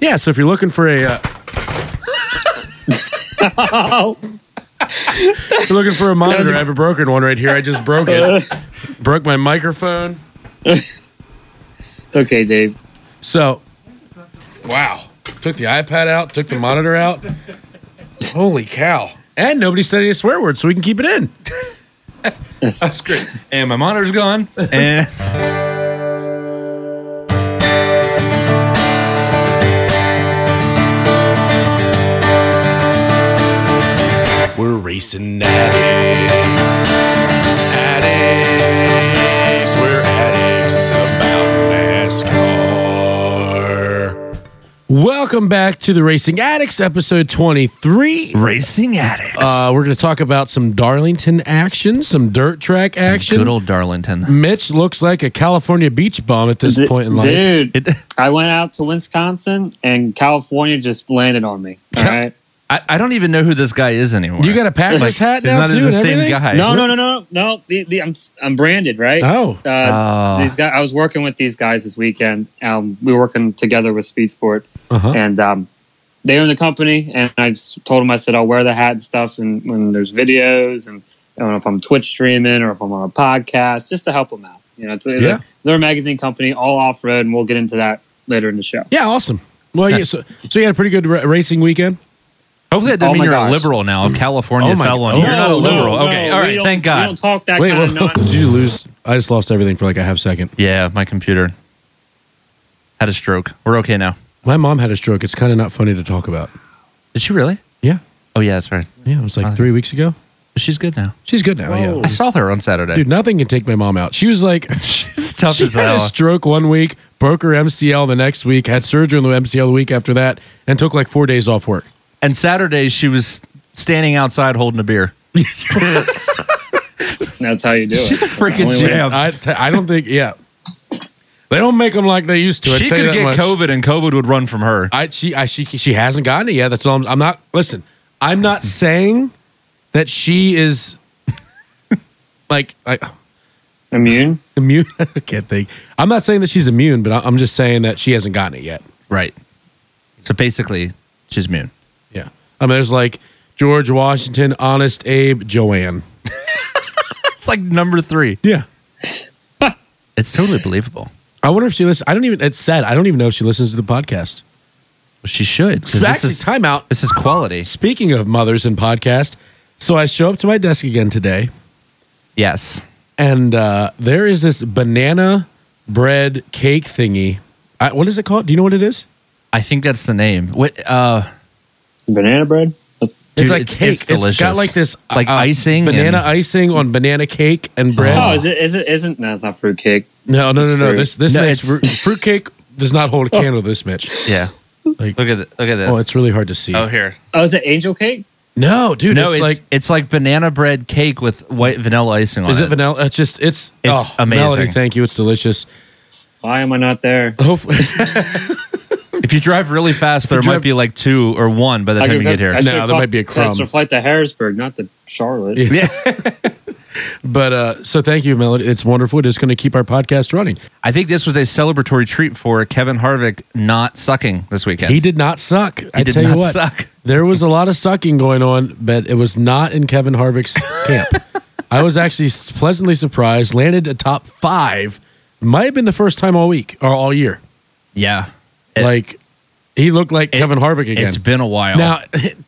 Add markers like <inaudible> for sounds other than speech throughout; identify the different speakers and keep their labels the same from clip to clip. Speaker 1: Yeah, so if you're looking for a, uh, if you're looking for a monitor, I have a broken one right here. I just broke it. broke my microphone.
Speaker 2: It's okay, Dave.
Speaker 1: So, wow. Took the iPad out, took the monitor out. Holy cow. And nobody said any swear words, so we can keep it in. That's great. And my monitor's <laughs> gone. And.
Speaker 3: We're racing addicts. Addicts. We're addicts about NASCAR.
Speaker 1: Welcome back to the Racing Addicts, episode 23.
Speaker 4: Racing addicts.
Speaker 1: Uh, we're going to talk about some Darlington action, some dirt track
Speaker 4: Some
Speaker 1: action.
Speaker 4: Good old Darlington.
Speaker 1: Mitch looks like a California beach bum at this
Speaker 2: D-
Speaker 1: point in life.
Speaker 2: Dude,
Speaker 4: It,
Speaker 2: I went out to Wisconsin and California just landed on me. All right.
Speaker 4: I, I don't even know who this guy is anymore.
Speaker 1: You got a Packers hat
Speaker 4: He's
Speaker 1: now,
Speaker 4: not
Speaker 1: too?
Speaker 4: the
Speaker 1: and
Speaker 4: same
Speaker 1: everything?
Speaker 4: guy.
Speaker 2: No, no, no, no, no. The, the, I'm s- I'm branded, right?
Speaker 1: Oh.
Speaker 2: Uh,
Speaker 4: Oh.
Speaker 2: These guys, I was working with these guys this weekend. Um, we were working together with Speed Sport,
Speaker 1: Uh-huh.
Speaker 2: and um, they own the company. And I just told them, I said, I'll wear the hat and stuff. And when there's videos, and I don't know if I'm Twitch streaming or if I'm on a podcast, just to help them out. You know, it's,
Speaker 1: Yeah.
Speaker 2: they're a magazine company, all off road, and we'll get into that later in the show.
Speaker 1: Yeah, awesome. Well, yeah, so, so you had a pretty good ra- racing weekend.
Speaker 4: Hopefully, that doesn't
Speaker 2: Oh
Speaker 4: mean
Speaker 2: my
Speaker 4: you're
Speaker 2: gosh.
Speaker 4: a liberal now, a California
Speaker 1: Oh my-
Speaker 4: felon.
Speaker 1: oh.
Speaker 4: You're not a
Speaker 2: No, no,
Speaker 4: liberal.
Speaker 2: no,
Speaker 4: okay,
Speaker 2: we
Speaker 4: all right.
Speaker 2: don't-
Speaker 4: Thank
Speaker 2: We
Speaker 4: God.
Speaker 2: don't talk that
Speaker 1: Wait,
Speaker 2: kind
Speaker 1: well,
Speaker 2: of nonsense.
Speaker 1: did you lose? I just lost everything for like a half second.
Speaker 4: Yeah, my computer had a stroke. We're okay now.
Speaker 1: My mom had a stroke. It's kind of not funny to talk about.
Speaker 4: Did she really?
Speaker 1: Yeah.
Speaker 4: Oh yeah, that's right.
Speaker 1: Yeah, it was like
Speaker 4: Wow.
Speaker 1: three weeks ago.
Speaker 4: She's good now.
Speaker 1: She's good now.
Speaker 2: Whoa.
Speaker 4: I
Speaker 1: Yeah.
Speaker 4: saw her on Saturday.
Speaker 1: Dude, nothing can take my mom out. She was like,
Speaker 4: <laughs> she's <laughs> tough
Speaker 1: she
Speaker 4: as
Speaker 1: had
Speaker 4: hell.
Speaker 1: a stroke one week, broke her MCL the next week, had surgery on the MCL the week after that, and took like four days off work.
Speaker 4: and Saturday, she was standing outside holding a beer.
Speaker 2: That's how you do it.
Speaker 4: She's a
Speaker 2: That's the
Speaker 4: freaking
Speaker 2: only way.
Speaker 4: jam.
Speaker 1: I, I don't think, yeah. They don't make them like they used to. I
Speaker 4: she
Speaker 1: tell you
Speaker 4: could
Speaker 1: that
Speaker 4: get
Speaker 1: much.
Speaker 4: COVID, and COVID would run from her.
Speaker 1: I she I, she she hasn't gotten it yet. That's all. I'm, I'm not. Listen, I'm not saying that she is like I,
Speaker 2: Immune.
Speaker 1: immune. <laughs> I can't think. I'm not saying that she's immune, but I- I'm just saying that she hasn't gotten it yet.
Speaker 4: Right. So basically, she's immune. <laughs>
Speaker 1: Yeah. I mean, there's like George Washington, Honest Abe, Joanne.
Speaker 4: It's like number three.
Speaker 1: Yeah.
Speaker 4: It's totally believable.
Speaker 1: I wonder if she listens. I don't even. It's sad. I don't even know if she listens to the podcast.
Speaker 4: She should. 'cause
Speaker 1: So
Speaker 4: This
Speaker 1: actually,
Speaker 4: is,
Speaker 1: time out.
Speaker 4: this is quality.
Speaker 1: Speaking of mothers and podcast, so I show up to my desk again today.
Speaker 4: Yes.
Speaker 1: and uh, there is this banana bread cake thingy. I, what is it called? Do you know what it is?
Speaker 4: I think that's the name. What? Uh,
Speaker 2: Banana bread. That's
Speaker 4: Dude,
Speaker 1: it's like
Speaker 4: it's-
Speaker 1: cake.
Speaker 4: it's
Speaker 1: it's got
Speaker 4: delicious.
Speaker 1: like this uh,
Speaker 4: Like icing
Speaker 1: banana
Speaker 4: and-
Speaker 1: icing on banana cake and bread.
Speaker 2: Oh, is it? Is it? Isn't? No, it's not fruitcake.
Speaker 1: no, no, no,
Speaker 2: it's
Speaker 1: no.
Speaker 2: fruit.
Speaker 1: This this
Speaker 4: No,
Speaker 1: makes
Speaker 4: it's- Oh.
Speaker 1: fruit, fruit cake does not hold a candle. This Mitch.
Speaker 4: yeah.
Speaker 1: Like-
Speaker 4: look at th- look at this.
Speaker 1: Oh, it's really hard to see.
Speaker 4: oh here.
Speaker 2: Oh, is it angel cake?
Speaker 1: No, dude,
Speaker 4: no,
Speaker 1: it's,
Speaker 4: it's
Speaker 1: like
Speaker 4: it's like banana bread cake with white vanilla icing on
Speaker 1: is it
Speaker 4: it.
Speaker 1: vanilla? It's just it's
Speaker 4: It's
Speaker 1: oh, Melody,
Speaker 4: amazing.
Speaker 1: thank you. It's delicious.
Speaker 2: Why am I not there?
Speaker 1: Hopefully, <laughs>
Speaker 4: if you drive really fast, there
Speaker 1: drive-
Speaker 4: might be like two or one by the
Speaker 2: I
Speaker 4: time
Speaker 2: could
Speaker 4: you get
Speaker 2: go-
Speaker 4: here.
Speaker 2: I should've
Speaker 1: there
Speaker 2: caught
Speaker 1: might be a
Speaker 2: the
Speaker 1: crumb.
Speaker 2: Extra flight to Harrisburg, not to Charlotte.
Speaker 1: Yeah.
Speaker 4: yeah.
Speaker 1: but uh, so thank you, Melody. It's wonderful. It is going to keep our podcast running.
Speaker 4: I think this was a celebratory treat for Kevin Harvick not sucking this weekend.
Speaker 1: He did not suck. I
Speaker 4: He did
Speaker 1: tell
Speaker 4: not
Speaker 1: you what,
Speaker 4: suck.
Speaker 1: There was a lot of sucking going on, but it was not in Kevin
Speaker 4: <laughs>
Speaker 1: Harvick's camp. I was actually pleasantly surprised. Landed a top five. Might have been the first time all week or all year.
Speaker 4: Yeah. It-
Speaker 1: like he looked like
Speaker 4: it-
Speaker 1: Kevin Harvick again.
Speaker 4: It's been a while.
Speaker 1: Now, <laughs>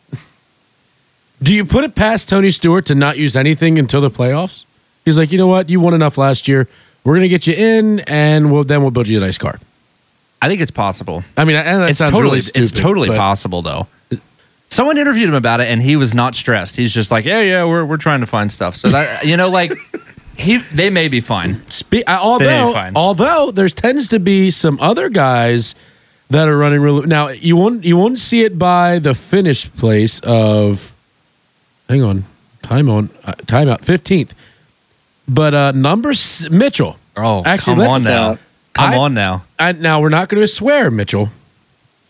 Speaker 1: do you put it past Tony Stewart to not use anything until the playoffs? He's like, you know what? You won enough last year. We're gonna get you in, and we'll then we'll build you a nice car.
Speaker 4: I think it's possible.
Speaker 1: I mean, I know that
Speaker 4: it's
Speaker 1: sounds
Speaker 4: totally
Speaker 1: really stupid.
Speaker 4: it's totally
Speaker 1: but-
Speaker 4: possible though. Someone interviewed him about it and he was not stressed. He's just like, yeah, yeah, we're we're trying to find stuff. So that you know,
Speaker 1: <laughs>
Speaker 4: like he they may be fine.
Speaker 1: Spe- uh, although,
Speaker 4: fine.
Speaker 1: although there tends to be some other guys that are running real now. You won't you won't see it by the finish place of. Hang on, time on uh, time out fifteenth, but uh number s- Mitchell.
Speaker 4: Oh,
Speaker 1: Actually,
Speaker 4: come
Speaker 1: let's-
Speaker 4: on now,
Speaker 2: uh,
Speaker 4: come
Speaker 1: I-
Speaker 4: on now.
Speaker 1: <laughs> I, now we're not going to swear Mitchell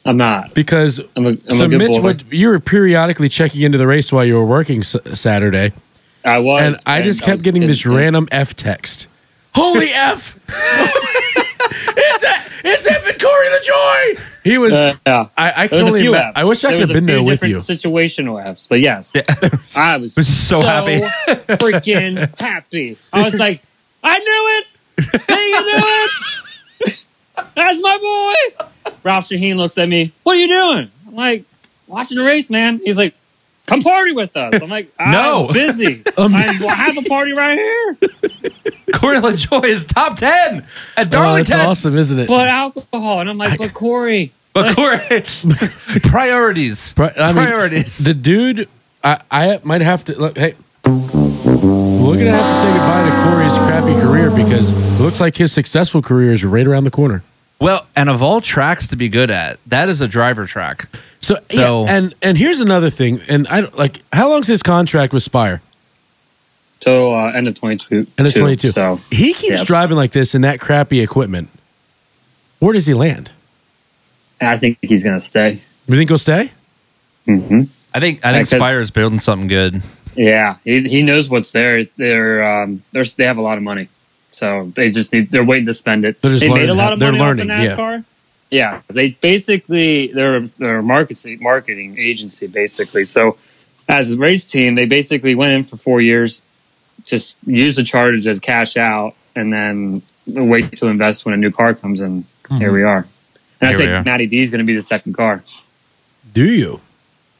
Speaker 2: I'm not.
Speaker 1: because
Speaker 2: I'm a, I'm
Speaker 1: so
Speaker 2: a good
Speaker 1: Mitch
Speaker 2: boy.
Speaker 1: would you were periodically checking into the race while you were working s- Saturday,
Speaker 2: I was.
Speaker 1: and I just kept
Speaker 2: was
Speaker 1: getting this
Speaker 2: kidding. <laughs>
Speaker 1: random F text. Holy F! it's a It's effing Corey LaJoy. He was.
Speaker 2: Uh, yeah.
Speaker 1: I, I can
Speaker 2: There was a
Speaker 1: only.
Speaker 2: few
Speaker 1: ima-
Speaker 2: Fs.
Speaker 1: I wish I
Speaker 2: There
Speaker 1: could
Speaker 2: was
Speaker 1: have
Speaker 2: a
Speaker 1: been
Speaker 2: few
Speaker 1: there with you.
Speaker 2: different Situational Fs,
Speaker 1: <laughs>
Speaker 2: but yes, I was,
Speaker 4: was so happy.
Speaker 2: <laughs> freaking happy. I was like, I knew it. I knew it. That's my boy. Ralph Shaheen looks at me. What are you doing? I'm like, watching the race, man. He's like, come party with us. I'm like, I'm
Speaker 4: No. <laughs>
Speaker 2: busy.
Speaker 1: I'm
Speaker 2: I'm, I have a party right here.
Speaker 4: Corey LaJoy is top ten at
Speaker 1: Oh, that's
Speaker 4: Darlington.
Speaker 1: awesome, isn't it?
Speaker 2: But alcohol, and I'm like, but Corey.
Speaker 4: But Corey, <laughs> priorities.
Speaker 1: Pri- I mean,
Speaker 4: Priorities.
Speaker 1: The dude, I, I might have to. Look, hey, we're gonna have to say goodbye to Corey's crappy career because it looks like his successful career is right around the corner.
Speaker 4: Well, and of all tracks to be good at, that is a driver track.
Speaker 1: So,
Speaker 4: So-
Speaker 1: yeah, and and here's another thing, and I don't like how long's his contract with Spire?
Speaker 2: Till uh, end of 22.
Speaker 1: And it's 22.
Speaker 2: So
Speaker 1: He keeps
Speaker 2: Yeah.
Speaker 1: driving like this in that crappy equipment. Where does he land?
Speaker 2: and I think he's going to stay.
Speaker 1: You think he'll stay?
Speaker 2: Mm-hmm.
Speaker 4: I think I
Speaker 2: Because-
Speaker 4: think Spire is building something good.
Speaker 2: Yeah, he, he knows what's there. They're um, they're they have a lot of money, so they just need, they're waiting to spend it.
Speaker 1: They're just
Speaker 2: They made a
Speaker 1: learning
Speaker 2: lot
Speaker 1: how-
Speaker 2: of
Speaker 1: they're
Speaker 2: money
Speaker 1: learning,
Speaker 2: off
Speaker 1: yeah.
Speaker 2: of NASCAR. Yeah. they basically they're they're a marketing marketing agency basically. So as a race team, they basically went in for four years, just use the charter to cash out, and then wait to invest when a new car comes in. Here we are. And
Speaker 4: Hmm. Here
Speaker 2: I
Speaker 4: we are.
Speaker 2: think Natty D is going to be the second car.
Speaker 1: Do you?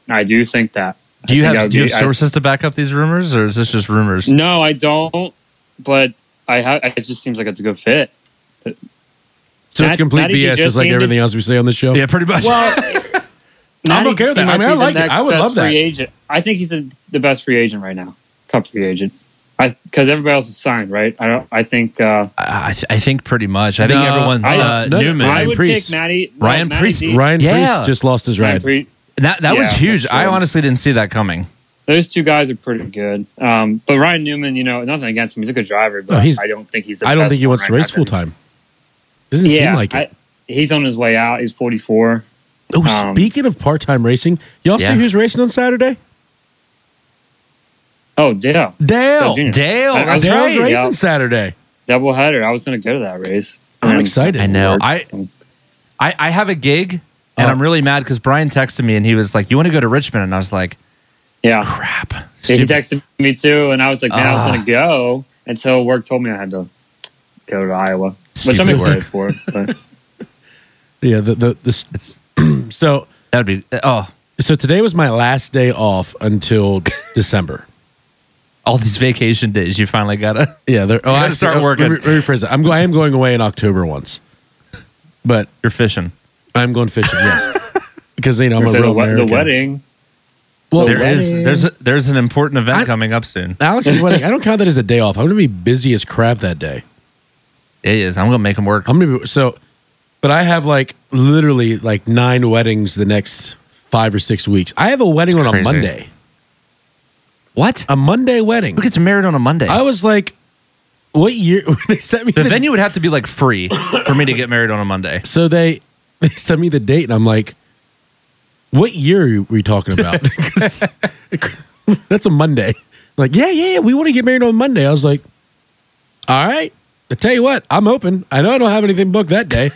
Speaker 2: I do think that. I
Speaker 4: Do you
Speaker 2: think I would
Speaker 4: have do you
Speaker 2: be-
Speaker 4: have
Speaker 2: I-
Speaker 4: sources to back up these rumors, or is this just rumors?
Speaker 2: No, I don't. But I have. It just seems like it's a good fit.
Speaker 1: So it's
Speaker 2: Matt-
Speaker 1: complete
Speaker 2: Matty G
Speaker 1: BS, just
Speaker 2: just
Speaker 1: like
Speaker 2: named
Speaker 1: everything else we say on this show.
Speaker 4: Yeah, pretty much.
Speaker 1: I'm <laughs>
Speaker 2: Natty-
Speaker 1: okay with that.
Speaker 2: he
Speaker 1: I
Speaker 2: might
Speaker 1: mean, I
Speaker 2: be the
Speaker 1: like it.
Speaker 2: next
Speaker 1: I would
Speaker 2: best
Speaker 1: love that.
Speaker 2: Free agent. I think he's a, the best free agent right now. Cup free agent. Because everybody else is signed, right? I don't. I think. Uh,
Speaker 4: I, I th- I think pretty much. I think
Speaker 1: No,
Speaker 4: everyone
Speaker 2: I-
Speaker 4: uh,
Speaker 1: no,
Speaker 4: Newman.
Speaker 1: Ryan
Speaker 2: I would
Speaker 1: Preece.
Speaker 2: take Matty. no,
Speaker 4: Ryan
Speaker 2: Matty
Speaker 4: Preece.
Speaker 2: D.
Speaker 1: Ryan
Speaker 4: Yeah.
Speaker 1: Preece just lost his
Speaker 2: Ryan
Speaker 1: ride.
Speaker 2: Preece.
Speaker 4: that that was
Speaker 2: yeah,
Speaker 4: huge.
Speaker 2: for sure.
Speaker 4: I honestly didn't see that coming.
Speaker 2: Those two guys are pretty good. Um, but Ryan Newman, you know, nothing against him. He's a good driver, but
Speaker 1: No, he's-
Speaker 2: I don't think he's. The
Speaker 1: I don't
Speaker 2: best
Speaker 1: think he
Speaker 2: one
Speaker 1: wants to
Speaker 2: right
Speaker 1: race
Speaker 2: now.
Speaker 1: full time. Doesn't
Speaker 2: yeah,
Speaker 1: seem like it.
Speaker 2: I- he's on his way out. He's forty four.
Speaker 1: oh,
Speaker 2: um,
Speaker 1: speaking of part time racing, y'all
Speaker 4: Yeah.
Speaker 1: see who's racing on Saturday?
Speaker 2: Oh, Dale.
Speaker 1: Dale.
Speaker 2: Jr.
Speaker 4: Dale,
Speaker 2: I- I
Speaker 4: that's
Speaker 2: was
Speaker 1: Dale's
Speaker 4: right.
Speaker 2: right.
Speaker 1: racing
Speaker 2: yeah.
Speaker 1: Saturday.
Speaker 2: double header. I was going to go to that race.
Speaker 1: I'm
Speaker 2: And
Speaker 1: excited.
Speaker 4: I know. I,
Speaker 2: Mm.
Speaker 4: I I have a gig, and
Speaker 2: Uh-huh.
Speaker 1: Oh.
Speaker 4: I'm really mad because Brian texted me and he was like, "You want to go to Richmond?" And I was like,
Speaker 2: Uh-huh. Yeah.
Speaker 4: "Crap."
Speaker 2: He
Speaker 4: stupid."
Speaker 2: texted me too, and I was like, man, I was
Speaker 4: Ah.
Speaker 2: going to go until work told me I had to go to Iowa, which
Speaker 4: Stupid
Speaker 2: I'm excited for.
Speaker 1: <laughs>
Speaker 2: But
Speaker 1: Yeah, the the, the s-
Speaker 4: It's
Speaker 1: so
Speaker 4: that'd be oh
Speaker 1: so today was my last day off until <laughs> December.
Speaker 4: all these vacation days. You finally got to
Speaker 1: Yeah, they're, oh,
Speaker 4: gotta <laughs> start
Speaker 1: oh,
Speaker 4: working.
Speaker 1: Let me, let me rephrase that. I'm go, I am going away in October once, but
Speaker 4: You're fishing.
Speaker 1: I'm going fishing.
Speaker 4: <laughs>
Speaker 1: Yes, because you know I'm
Speaker 2: So
Speaker 1: a
Speaker 2: the,
Speaker 1: real
Speaker 2: we- the
Speaker 1: American.
Speaker 2: wedding. Oh,
Speaker 1: Well,
Speaker 4: There is
Speaker 1: wedding.
Speaker 4: there's a, there's an important event
Speaker 1: I-
Speaker 4: coming up soon. <laughs>
Speaker 1: Alex's wedding. I don't count that as a day off. I'm going to be busy as crap that day.
Speaker 4: It is. I'm gonna make him work.
Speaker 1: I'm gonna be so, but I have like literally like nine weddings the next five or six weeks. I have a wedding
Speaker 4: That's
Speaker 1: on a
Speaker 4: crazy.
Speaker 1: Monday,
Speaker 2: Uh,
Speaker 4: What?
Speaker 1: a Monday wedding.
Speaker 4: Who gets married on a Monday?
Speaker 1: I was like, what year? <laughs> When they sent me
Speaker 4: the
Speaker 1: the-
Speaker 4: venue would have to be like free for me to get married on a Monday.
Speaker 1: so they <laughs> they sent me the date, and I'm like, what year are we talking
Speaker 4: <laughs>
Speaker 1: about? 'Cause <laughs> that's a Monday. Like, yeah, yeah, yeah, we want to get married on Monday. I was like, all right. I tell you what, I'm open. I know I don't have anything booked that
Speaker 4: <laughs>
Speaker 1: day.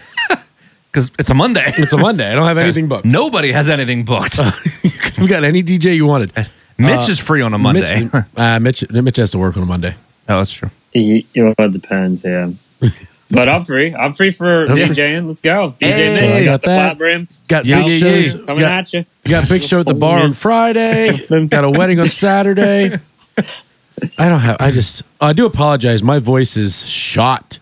Speaker 4: Because it's a Monday.
Speaker 1: It's a Monday. Uh, I don't have anything booked.
Speaker 4: <laughs> Nobody has anything booked.
Speaker 1: you could have got any DJ you wanted.
Speaker 4: Mitch is free on a Monday. <laughs>
Speaker 1: Mitch, uh, Mitch, Mitch has to work on a Monday.
Speaker 4: oh, that's true.
Speaker 2: He- Well, it depends,
Speaker 1: <laughs>
Speaker 2: yeah. But I'm free. I'm free for
Speaker 1: Yeah.
Speaker 2: DJing. Let's go. DJ
Speaker 4: Hey,
Speaker 2: Mitch,
Speaker 1: I
Speaker 2: you
Speaker 1: got
Speaker 2: got the
Speaker 1: that.
Speaker 2: flat brim.
Speaker 1: Got
Speaker 4: Yeah,
Speaker 1: big
Speaker 4: yeah,
Speaker 1: shows.
Speaker 4: yeah.
Speaker 2: Coming
Speaker 1: Got,
Speaker 2: at you.
Speaker 1: got big show at the bar on Friday. got a wedding on Saturday. I don't have. I just. I do apologize. My voice is shot.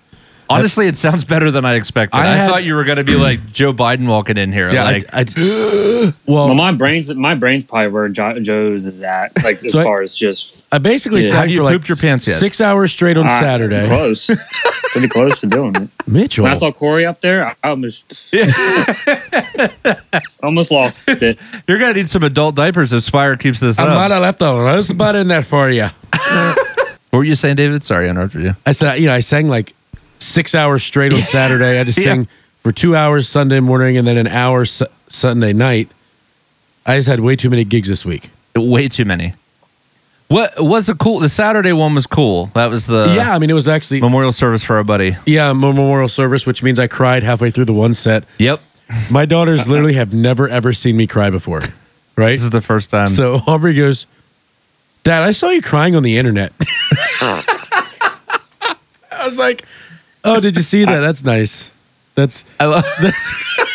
Speaker 4: Honestly, it sounds better than I expected.
Speaker 1: I
Speaker 4: I,
Speaker 1: had-
Speaker 4: thought you were going to be like Joe Biden walking in here.
Speaker 1: I-
Speaker 4: like,
Speaker 1: I, well, Oh.
Speaker 2: Well, my brain's my brain's probably where Jo- Joe's is at, like as
Speaker 1: So I-
Speaker 2: far as just
Speaker 1: I basically
Speaker 2: Yeah.
Speaker 1: sang
Speaker 4: Have you
Speaker 1: for like
Speaker 4: pooped your pants yet?
Speaker 1: Six hours straight on
Speaker 2: I-
Speaker 1: Saturday. <laughs>
Speaker 2: close, pretty close to doing it.
Speaker 1: Mitchell,
Speaker 2: When I saw Corey up there, I almost <laughs> almost lost it.
Speaker 4: you're going to need some adult diapers if Spire keeps this
Speaker 1: I
Speaker 4: up.
Speaker 1: might have left a rosebud in there for you.
Speaker 4: what were you saying, David? Sorry, I interrupted you.
Speaker 1: I said, you know, I sang like six hours straight on Saturday. I had to
Speaker 4: Yeah.
Speaker 1: sing for two hours Sunday morning and then an hour su- Sunday night. I just had way too many gigs this week.
Speaker 4: Way too many. What was a cool? The Saturday one was cool. That was the
Speaker 1: yeah, I mean, it was actually
Speaker 4: memorial service for our buddy.
Speaker 1: yeah memorial service, which means I cried halfway through the one set.
Speaker 4: Yep,
Speaker 1: My daughters literally have never ever seen me cry before, right?
Speaker 4: this is the first time.
Speaker 1: So Aubrey goes, Dad, I saw you crying on the internet. <laughs> I was like, Oh, did you see that? That's nice. That's
Speaker 4: I love, <laughs>
Speaker 1: that's <laughs>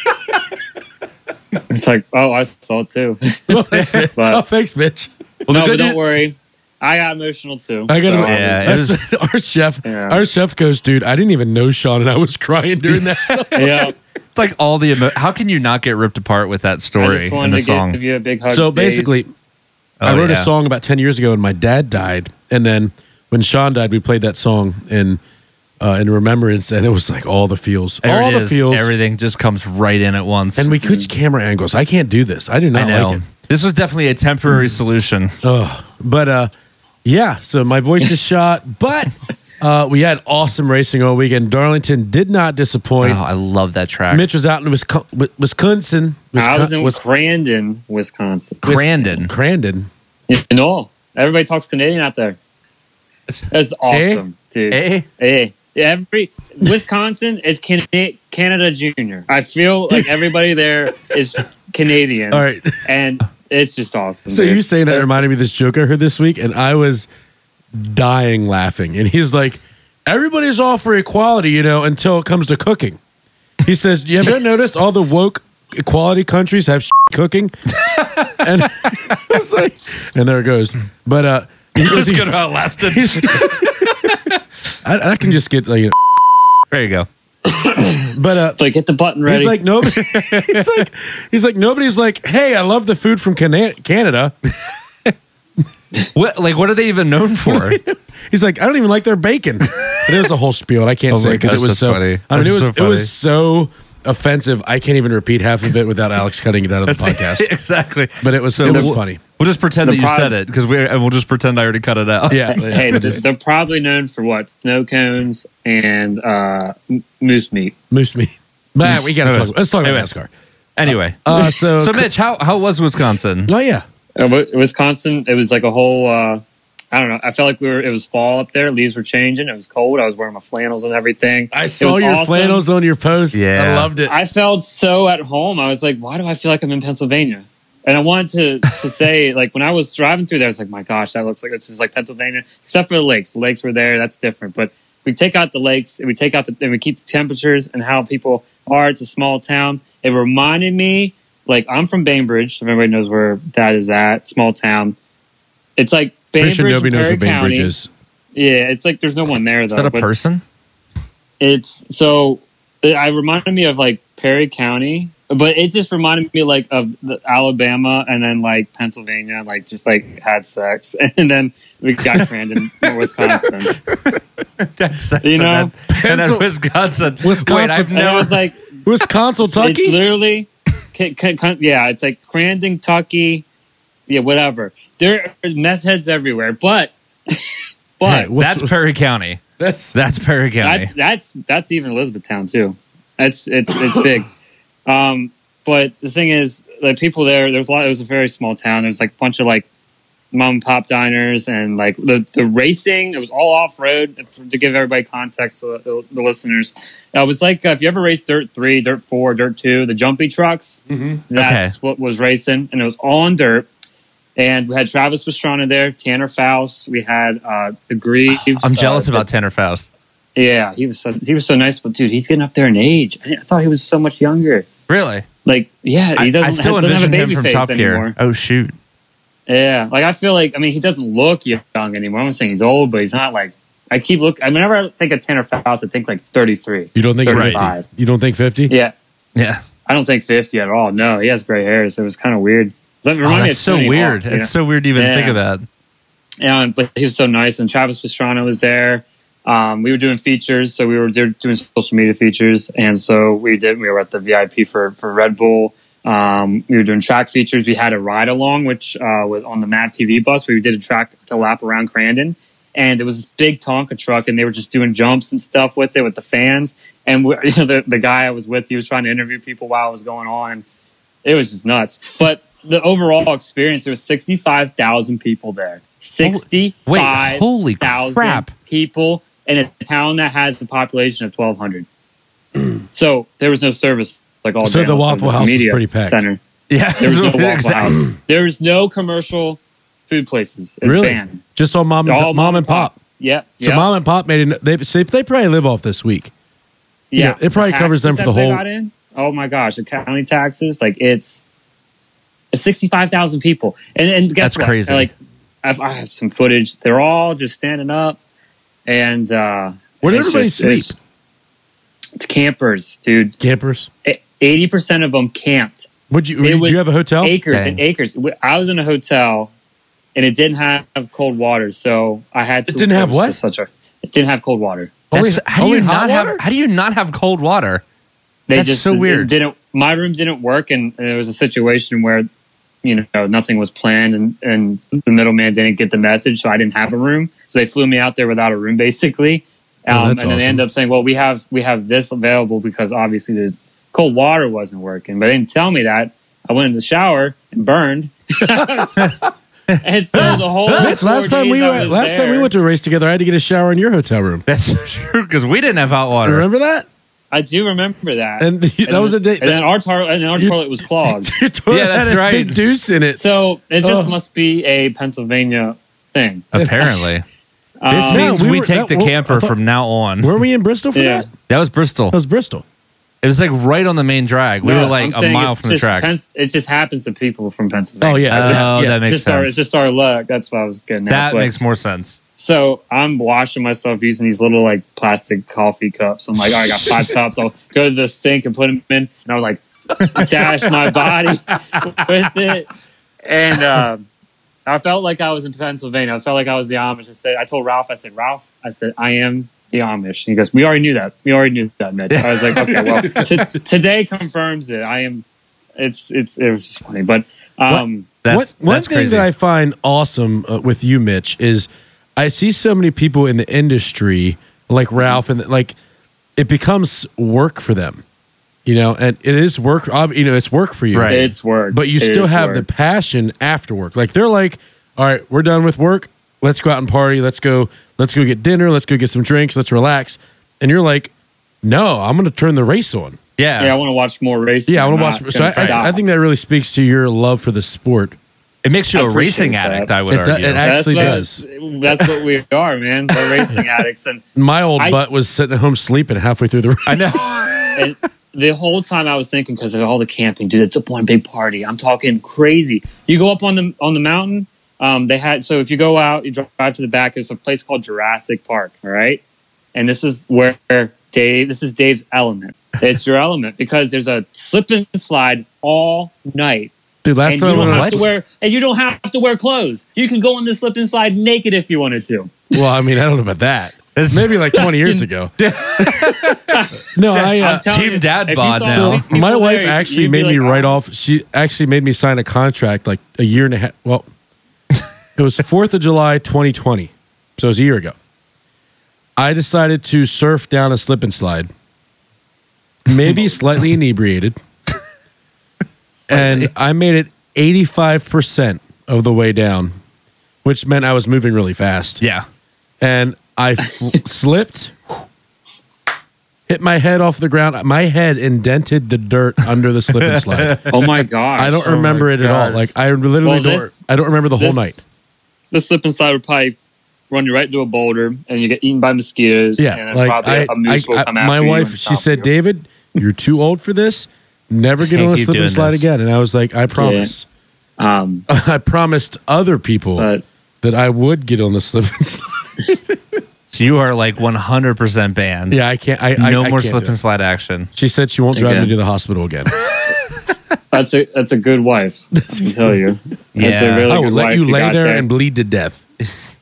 Speaker 2: It's like, oh, I saw it too.
Speaker 1: well, thanks, bitch.
Speaker 2: But-
Speaker 1: oh, thanks, bitch.
Speaker 4: well, the
Speaker 2: no,
Speaker 4: good
Speaker 2: but don't
Speaker 4: news-
Speaker 2: worry. I got emotional too.
Speaker 1: I got
Speaker 2: so-
Speaker 1: to
Speaker 4: Yeah, it was-
Speaker 1: our chef.
Speaker 2: Yeah.
Speaker 1: Our chef goes, dude. I didn't even know Sean, and I was <laughs> crying during that. song."
Speaker 2: <laughs> yeah.
Speaker 4: It's like all the emo- how can you not get ripped apart with that
Speaker 2: I
Speaker 4: story
Speaker 2: just
Speaker 4: in
Speaker 2: wanted
Speaker 4: the
Speaker 2: to
Speaker 4: song?
Speaker 2: give you a big hug.
Speaker 1: so
Speaker 2: Daze.
Speaker 1: basically, I
Speaker 4: Oh,
Speaker 1: wrote
Speaker 4: yeah.
Speaker 1: a song about 10 years ago, and my dad died. And then when Sean died, we played that song in uh, in remembrance, and it was like all the feels,
Speaker 4: There
Speaker 1: all
Speaker 4: it
Speaker 1: the
Speaker 4: is.
Speaker 1: feels,
Speaker 4: Everything just comes right in at once.
Speaker 1: and we switched camera angles. I can't do this. I do
Speaker 4: I
Speaker 1: not
Speaker 4: know
Speaker 1: like it. Mm.
Speaker 4: this was definitely a temporary solution.
Speaker 1: Ugh. But uh, yeah, so my voice
Speaker 4: <laughs>
Speaker 1: is shot, but uh, we had awesome racing all weekend. Darlington did not
Speaker 4: Oh,
Speaker 1: disappoint.
Speaker 4: I love that track.
Speaker 1: Mitch was out in Wisco- Wi- Wisconsin.
Speaker 2: I was
Speaker 1: Wisco-
Speaker 2: in
Speaker 1: Wis-
Speaker 2: Crandon, Wisconsin.
Speaker 4: Crandon.
Speaker 1: Crandon.
Speaker 2: You know, everybody talks Canadian out there. That's awesome, dude.
Speaker 4: Eh?
Speaker 1: <laughs>
Speaker 2: Hey, every Wisconsin is Can- Canada Junior. I feel like everybody there is Canadian.
Speaker 1: All right.
Speaker 2: and it's just awesome.
Speaker 1: So
Speaker 2: dude.
Speaker 1: you saying that reminded me of this joke I heard this week, and I was dying laughing. And he's like, "Everybody's all for equality, you know, until it comes to cooking." He says, "You ever noticed all the woke equality countries have cooking?" <laughs> And I was like, and there it goes. But uh,
Speaker 4: It was good about lasted.
Speaker 1: I, I can just get like,
Speaker 4: <laughs> there you go.
Speaker 1: but uh,
Speaker 2: like hit the button ready.
Speaker 1: He's like nobody. <laughs> he's like he's like nobody's like. Hey, I love the food from Cana- Canada.
Speaker 4: What like what are they even
Speaker 1: <laughs>
Speaker 4: known for?
Speaker 1: He's like I don't even like their
Speaker 4: <laughs>
Speaker 1: bacon. But it was a whole spiel, and I can't
Speaker 4: Oh
Speaker 1: say
Speaker 4: my
Speaker 1: because
Speaker 4: gosh,
Speaker 1: it was
Speaker 4: that's
Speaker 1: so.
Speaker 4: funny.
Speaker 1: I mean,
Speaker 4: That's
Speaker 1: it was
Speaker 4: so
Speaker 1: it was so offensive. I can't even repeat half of it without Alex cutting it out of the <laughs> podcast.
Speaker 4: exactly.
Speaker 1: But it was so
Speaker 4: So
Speaker 1: it was
Speaker 4: we'll-
Speaker 1: funny.
Speaker 4: We'll just pretend
Speaker 2: The
Speaker 4: that you
Speaker 2: prod-
Speaker 4: said it because we and we'll just pretend I already cut it <laughs> out.
Speaker 1: Yeah, yeah.
Speaker 2: hey, they're, they're probably known for what snow cones and uh, m- moose meat.
Speaker 1: <laughs> moose me. But we gotta
Speaker 4: Anyway.
Speaker 1: talk, let's talk about
Speaker 4: Anyway.
Speaker 1: NASCAR.
Speaker 4: Anyway,
Speaker 1: Uh, so
Speaker 4: <laughs> so Mitch, how how was Wisconsin?
Speaker 1: oh yeah,
Speaker 2: Uh, Wi- Wisconsin, it was like a whole. Uh, I don't know. I felt like we were. It was fall up there. Leaves were changing. It was cold. I was wearing my flannels and everything. It
Speaker 1: I
Speaker 2: was
Speaker 1: saw your
Speaker 2: awesome.
Speaker 1: flannels on your post. I
Speaker 4: Yeah.
Speaker 1: loved it.
Speaker 2: I felt so at home. I was like, why do I feel like I'm in Pennsylvania? And I wanted to,
Speaker 1: <laughs>
Speaker 2: to say, like, when I was driving through there, I was like, my gosh, that looks like this is like Pennsylvania, except for the lakes. The lakes were there. That's different. But we take out the lakes and we take out the, and we keep the temperatures and how people are. It's a small town. It reminded me, like, I'm from Bainbridge. If everybody knows where that is at, small town. It's like
Speaker 1: Pretty
Speaker 2: Bainbridge,
Speaker 1: sure nobody knows
Speaker 2: Perry
Speaker 1: what Bainbridge
Speaker 2: County.
Speaker 1: is.
Speaker 2: Yeah, it's like there's no one there,
Speaker 4: Is
Speaker 2: though.
Speaker 4: that a
Speaker 2: but- <laughs>
Speaker 4: person?
Speaker 2: it's so it, I reminded me of like Perry County, but it just reminded me like of the Alabama and then like Pennsylvania, like just like had sex, <laughs> and then we got Crandon, Wisconsin.
Speaker 4: That's <laughs> that's-
Speaker 2: You know?
Speaker 4: and then- and
Speaker 1: Pencil-
Speaker 4: then Wisconsin.
Speaker 1: Wisconsin.
Speaker 4: Wait, I've
Speaker 2: And it
Speaker 4: never.
Speaker 2: was like
Speaker 1: Wisconsin,
Speaker 2: It's
Speaker 1: Tucky.
Speaker 2: literally, c- c- c- yeah, it's like Crandon, Tucky, yeah, whatever. There are meth heads everywhere, but <laughs> but
Speaker 1: Hey, what's-
Speaker 4: That's Perry County.
Speaker 1: that's
Speaker 4: That's Perry County.
Speaker 2: That's that's that's even Elizabethtown too. That's it's it's
Speaker 4: <coughs>
Speaker 2: big. Um, but the thing is, the people there. There's a lot. It was a very small town. There's like a bunch of like mom and pop diners and like the the racing. It was all off road. To give everybody context, to the, the listeners, it was like uh, if you ever raced Dirt Three, Dirt Four, Dirt Two, the jumpy trucks. That's what was racing, and it was all on dirt. And we had Travis Pastrana there, Tanner Faust. We had uh, the Grieve.
Speaker 4: I'm jealous
Speaker 2: uh,
Speaker 4: about Tanner Faust.
Speaker 2: yeah, he was so, he was so nice, but dude, he's getting up there in age. I, I thought he was so much younger.
Speaker 4: Really?
Speaker 2: Like, yeah,
Speaker 4: I-
Speaker 2: he doesn't,
Speaker 4: I still
Speaker 2: doesn't have a
Speaker 4: envision
Speaker 2: baby
Speaker 4: him from
Speaker 2: face
Speaker 4: Top Gear.
Speaker 2: anymore.
Speaker 4: Oh shoot!
Speaker 2: Yeah, like I feel like I mean, he doesn't look young anymore. I'm not saying he's old, but he's not like I keep look. I whenever I think of Tanner Faust, I think like 33.
Speaker 1: you don't think
Speaker 2: Thirty-five.
Speaker 1: fifty. You don't think fifty.
Speaker 2: Yeah,
Speaker 4: Yeah.
Speaker 2: I don't think 50 at all. No, he has gray hair, so it was kind of weird. That
Speaker 4: Oh,
Speaker 2: reminded me
Speaker 4: that's
Speaker 2: of
Speaker 4: so
Speaker 2: Tony
Speaker 4: weird.
Speaker 2: Hawk,
Speaker 4: It's so weird to even
Speaker 2: Yeah.
Speaker 4: think of that.
Speaker 2: Yeah, but he was so nice. And Travis Pastrana was there. Um, we were doing features, so we were do- doing social media features, and so we did. We were at the VIP for for Red Bull. Um, we were doing track features. We had a ride along, which uh, was on the Mad TV bus. We did a track a lap around Crandon, and there was this big Tonka truck, and they were just doing jumps and stuff with it with the fans. And we, <laughs> you know, the the guy I was with, he was trying to interview people while it was going on. And it was just nuts. But the overall experience, there was sixty five thousand people there.
Speaker 4: Wait,
Speaker 2: sixty-five
Speaker 4: holy
Speaker 2: thousand
Speaker 4: crap!
Speaker 2: people in a town that has a population of twelve hundred. <clears throat> so there was no service like all
Speaker 1: So
Speaker 2: day
Speaker 1: the
Speaker 2: long.
Speaker 1: Waffle
Speaker 2: There
Speaker 1: House was
Speaker 2: media
Speaker 1: pretty packed.
Speaker 2: Center.
Speaker 4: Yeah,
Speaker 2: There's
Speaker 1: <laughs>
Speaker 4: <laughs>
Speaker 2: no Waffle
Speaker 4: exactly.
Speaker 2: House. There's no commercial food places. It's
Speaker 1: Really?
Speaker 2: banned.
Speaker 1: Just on mom and,
Speaker 2: All
Speaker 1: mom and pop.
Speaker 2: Yep.
Speaker 1: So
Speaker 2: yep,
Speaker 1: mom and pop made it. They so they probably live off this week.
Speaker 2: yeah.
Speaker 1: yeah, it probably
Speaker 2: The
Speaker 1: covers them
Speaker 2: taxes
Speaker 1: for the
Speaker 2: that they
Speaker 1: whole-
Speaker 2: got in, oh my gosh, the county taxes, like it's sixty-five thousand people, and and guess
Speaker 4: That's
Speaker 2: what?
Speaker 4: crazy.
Speaker 2: Like I've, I have some footage. They're all just standing up, and uh,
Speaker 1: Where did
Speaker 2: it's
Speaker 1: everybody
Speaker 2: just-
Speaker 1: sleep?
Speaker 2: it's- It's campers, dude. E,
Speaker 1: Campers.
Speaker 2: Eighty percent of them camped.
Speaker 1: Would you? Did
Speaker 2: was
Speaker 1: you have a hotel?
Speaker 2: Acres
Speaker 4: Dang.
Speaker 2: and acres. We- I was in a hotel, and it didn't have cold water, so I had to.
Speaker 1: It didn't have
Speaker 2: it was
Speaker 1: what?
Speaker 2: just Such a. It didn't have cold water.
Speaker 1: Only-
Speaker 4: That's, how do
Speaker 1: only
Speaker 4: you not
Speaker 1: hot
Speaker 4: have?
Speaker 1: water?
Speaker 4: How do you not have cold water?
Speaker 2: they
Speaker 4: That's
Speaker 2: just
Speaker 4: so
Speaker 2: it
Speaker 4: weird.
Speaker 2: didn't my room didn't work and, and there was a situation where you know nothing was planned and and the middleman didn't get the message so i didn't have a room so they flew me out there without a room basically
Speaker 1: Oh,
Speaker 2: um, and
Speaker 1: that's
Speaker 2: then they
Speaker 1: awesome.
Speaker 2: end up saying well we have we have this available because obviously the cold water wasn't working but they didn't tell me that i went in the shower and burned <laughs> and so the whole
Speaker 1: Mitch, last
Speaker 2: four
Speaker 1: time
Speaker 2: days
Speaker 1: we
Speaker 2: I
Speaker 1: were,
Speaker 2: was
Speaker 1: last time we
Speaker 2: there-
Speaker 1: went to a race together, I had to get a shower in your hotel room.
Speaker 4: That's true because we didn't have hot water.
Speaker 1: Remember that? <laughs>
Speaker 2: i do remember that
Speaker 1: And <laughs> that was a day.
Speaker 2: and then our, tar- and then our
Speaker 1: You-
Speaker 2: toilet was clogged
Speaker 1: your toilet
Speaker 4: Yeah, that's
Speaker 1: had a
Speaker 4: right.
Speaker 1: Big deuce in it.
Speaker 2: So it just
Speaker 4: Oh.
Speaker 1: Ugh.
Speaker 2: must be a Pennsylvania thing. <laughs>
Speaker 4: Apparently, this
Speaker 2: Um,
Speaker 1: no,
Speaker 4: means
Speaker 1: we
Speaker 4: we,
Speaker 1: were-
Speaker 4: take
Speaker 1: that-
Speaker 4: the
Speaker 1: well, I
Speaker 4: camper
Speaker 1: thought-
Speaker 4: from now on.
Speaker 1: Were we in Bristol for
Speaker 2: Yeah.
Speaker 1: that?
Speaker 4: That was Bristol.
Speaker 1: That was Bristol.
Speaker 4: It was like right on the main drag. We
Speaker 2: no,
Speaker 4: were
Speaker 2: I'm
Speaker 4: like a
Speaker 2: saying
Speaker 4: mile
Speaker 2: it's
Speaker 4: from the
Speaker 2: just
Speaker 4: track.
Speaker 2: Pens- it just happens to people from Pennsylvania.
Speaker 1: Oh yeah,
Speaker 4: Oh,
Speaker 2: <laughs>
Speaker 1: yeah.
Speaker 4: that
Speaker 2: It's
Speaker 4: makes
Speaker 2: just
Speaker 4: sense.
Speaker 2: our it's just our luck. That's what I was getting
Speaker 4: that
Speaker 2: at. But-
Speaker 4: makes more sense.
Speaker 2: so I'm washing myself using these little like plastic coffee cups. I'm like, all right, I
Speaker 1: <laughs>
Speaker 2: got five cups. I'll go to the sink and put them in. And I was like, dash my body <laughs> with it. And um, I felt like I was in Pennsylvania. I felt like I was the Amish. I said, I told Ralph, I said, Ralph, I said, I am the Amish. And he goes, we already knew that. We already knew that, Mitch. I was like, okay, well,
Speaker 1: <laughs>
Speaker 2: t- today confirms it. I am. It's it's it was just funny, but um,
Speaker 4: That's
Speaker 1: one one
Speaker 4: that's
Speaker 1: thing
Speaker 4: crazy.
Speaker 1: that I find awesome uh, with you, Mitch, is I see so many people in the industry, like Ralph, and like it becomes work for them, you know, and it is work. ob- You know, it's work for you,
Speaker 4: Right.
Speaker 2: it's work.
Speaker 1: But you
Speaker 2: It
Speaker 1: still
Speaker 2: is
Speaker 1: have
Speaker 2: work.
Speaker 1: the passion after work. Like they're like, all right, we're done with work. Let's go out and party. Let's go. Let's go get dinner. Let's go get some drinks. Let's relax. And you're like, no, I'm going to turn the race on.
Speaker 4: yeah.
Speaker 2: Yeah, I want to watch more racing.
Speaker 1: Yeah, I
Speaker 2: I'm
Speaker 1: want
Speaker 2: not
Speaker 1: to watch. So
Speaker 2: gonna
Speaker 1: I, I, I
Speaker 2: stop.
Speaker 1: think that really speaks to your love for the sport.
Speaker 4: it makes you
Speaker 2: I
Speaker 4: a
Speaker 2: appreciate
Speaker 4: racing
Speaker 2: that.
Speaker 4: addict. I would
Speaker 1: It do-
Speaker 4: argue.
Speaker 1: it actually does.
Speaker 2: That's what we are, man. We're racing addicts, and,
Speaker 1: My old
Speaker 2: I-
Speaker 1: butt was sitting at home sleeping halfway through the <laughs> race.
Speaker 4: I know.
Speaker 2: <laughs> and the whole time I was thinking because of all the camping, dude. It's a one big party. I'm talking crazy. You go up on the on the mountain. Um, they had so if you go out, you drive to the back. There's a place called Jurassic Park. All right, and this is where Dave. This is Dave's element. It's your element because there's a slip and slide all night.
Speaker 1: Dude, last
Speaker 2: and
Speaker 1: time I
Speaker 2: you
Speaker 1: went
Speaker 2: don't
Speaker 1: on
Speaker 2: have to
Speaker 1: a-
Speaker 2: wear and you don't have to wear clothes. You can go on the slip and slide naked if you wanted to.
Speaker 1: <laughs> Well, I mean, I don't know about that.
Speaker 4: It's-
Speaker 1: Maybe like 20 years ago. <laughs> no, I. Uh,
Speaker 2: I'm telling
Speaker 4: Team
Speaker 2: you,
Speaker 4: dad
Speaker 2: if you
Speaker 4: bod
Speaker 2: thought
Speaker 4: now.
Speaker 1: so
Speaker 2: of people
Speaker 1: my wife
Speaker 2: there,
Speaker 1: actually
Speaker 2: you'd
Speaker 1: made
Speaker 2: be
Speaker 1: me
Speaker 2: like, "Oh."
Speaker 1: write off. She actually made me sign a contract like a year and a half.
Speaker 2: <laughs>
Speaker 1: Well, it was Fourth of July, 2020, so it was a year ago. I decided to surf down a slip and slide,
Speaker 2: <laughs>
Speaker 1: maybe slightly inebriated, and I made it 85 percent of the way down, which meant I was moving really fast
Speaker 4: yeah.
Speaker 1: and I
Speaker 4: <laughs>
Speaker 1: fl- slipped, hit my head off the ground. My head indented the dirt under the slip and slide.
Speaker 4: <laughs>
Speaker 2: Oh my god!
Speaker 1: I don't remember it at all.
Speaker 4: gosh.
Speaker 1: Like I literally
Speaker 2: Well,
Speaker 1: don't.
Speaker 2: this-
Speaker 1: I don't remember the whole night.
Speaker 2: The slip and slide would probably run you right into a boulder, and you get eaten by mosquitoes. and
Speaker 1: Yeah,
Speaker 2: then
Speaker 1: like
Speaker 2: probably
Speaker 1: I,
Speaker 2: a moose
Speaker 1: I-
Speaker 2: will come
Speaker 1: I-
Speaker 2: after
Speaker 1: my
Speaker 2: you
Speaker 1: wife,
Speaker 2: and
Speaker 1: she
Speaker 2: stop
Speaker 1: said,
Speaker 2: you.
Speaker 1: "David, you're too old for this. Never get
Speaker 4: Can't
Speaker 1: on a
Speaker 4: keep
Speaker 1: slip and
Speaker 4: doing
Speaker 1: slide
Speaker 4: this."
Speaker 1: again." And I was like, "I promise." <laughs>
Speaker 2: Um,
Speaker 1: I promised other people
Speaker 2: but
Speaker 1: that I would get on the slip and <laughs> slide.
Speaker 4: So you are like 100 percent banned.
Speaker 1: Yeah, I can't. I, I-
Speaker 4: No
Speaker 1: I
Speaker 4: more
Speaker 1: can't
Speaker 4: slip
Speaker 1: do it.
Speaker 4: and slide action.
Speaker 1: She said she won't drive me
Speaker 2: Again.
Speaker 1: to the hospital again.
Speaker 2: that's a that's a good wife. I can
Speaker 1: <laughs>
Speaker 2: tell you. That's
Speaker 4: Yeah.
Speaker 2: a really
Speaker 1: I will
Speaker 2: good
Speaker 1: let
Speaker 2: wife
Speaker 1: you lay
Speaker 2: got
Speaker 1: there and bleed to
Speaker 4: <laughs>
Speaker 1: death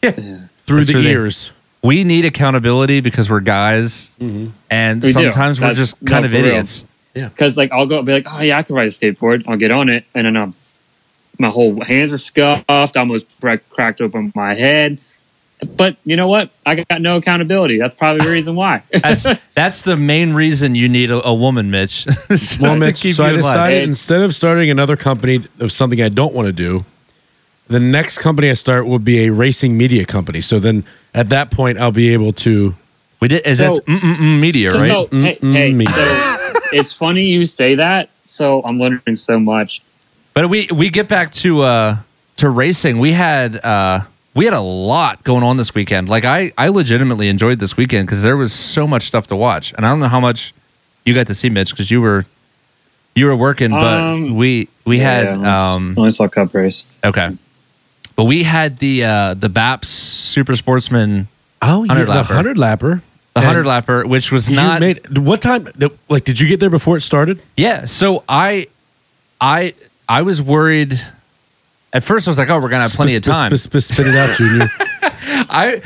Speaker 1: through
Speaker 4: That's
Speaker 1: the
Speaker 4: true,
Speaker 1: <laughs>
Speaker 4: they-
Speaker 1: ears.
Speaker 4: We need accountability because we're guys, and
Speaker 2: Mm-hmm. We do.
Speaker 4: sometimes we're
Speaker 2: That's-
Speaker 4: just
Speaker 2: no,
Speaker 4: kind of
Speaker 2: for real.
Speaker 4: idiots.
Speaker 2: because like I'll go I'll be like, oh yeah, I can ride a skateboard. I'll get on it, and then I'm my whole hands are scuffed. I almost bra- cracked open my head. But you know what? I got no accountability. That's probably the reason
Speaker 4: <laughs>
Speaker 2: why.
Speaker 4: That's
Speaker 2: <laughs>
Speaker 4: that's the main reason you need a, a woman, Mitch. <laughs> It's just
Speaker 1: Well,
Speaker 4: to
Speaker 1: Mitch,
Speaker 4: keep
Speaker 1: so
Speaker 4: you
Speaker 1: I
Speaker 4: in line.
Speaker 1: decided
Speaker 2: It's-
Speaker 1: instead of starting another company of something I don't want to do, the next company I start will be a racing media company. So then at that point, I'll be able to.
Speaker 4: We did. Is
Speaker 2: So-
Speaker 4: that mm-mm
Speaker 2: <laughs>
Speaker 4: media,
Speaker 2: so
Speaker 4: right?
Speaker 2: no, hey,
Speaker 1: Mm,
Speaker 2: hey,
Speaker 1: me.
Speaker 2: so it's funny you say that. So I'm learning so much.
Speaker 4: But we we get back to uh to racing. We had uh we had a lot going on this weekend. Like I I legitimately enjoyed this weekend because there was so much stuff to watch, and I don't know how much you got to see Mitch because you were you were working, but
Speaker 2: Um,
Speaker 4: we we
Speaker 2: Yeah,
Speaker 4: had
Speaker 2: I only-
Speaker 4: um
Speaker 2: only saw cup race.
Speaker 4: okay, but we had the uh the BAPS Super Sportsman
Speaker 1: Oh,
Speaker 4: yeah, the
Speaker 1: the 100 lapper.
Speaker 4: the
Speaker 1: And
Speaker 4: hundred lapper, which was
Speaker 1: You
Speaker 4: not
Speaker 1: made, what time? Like, did you get there before it started?
Speaker 4: Yeah, so I, I, I was worried. At first, I was like, "Oh, we're gonna have plenty of
Speaker 1: Sp- sp-
Speaker 4: time."
Speaker 1: sp- sp- spit it out, Junior.
Speaker 4: I,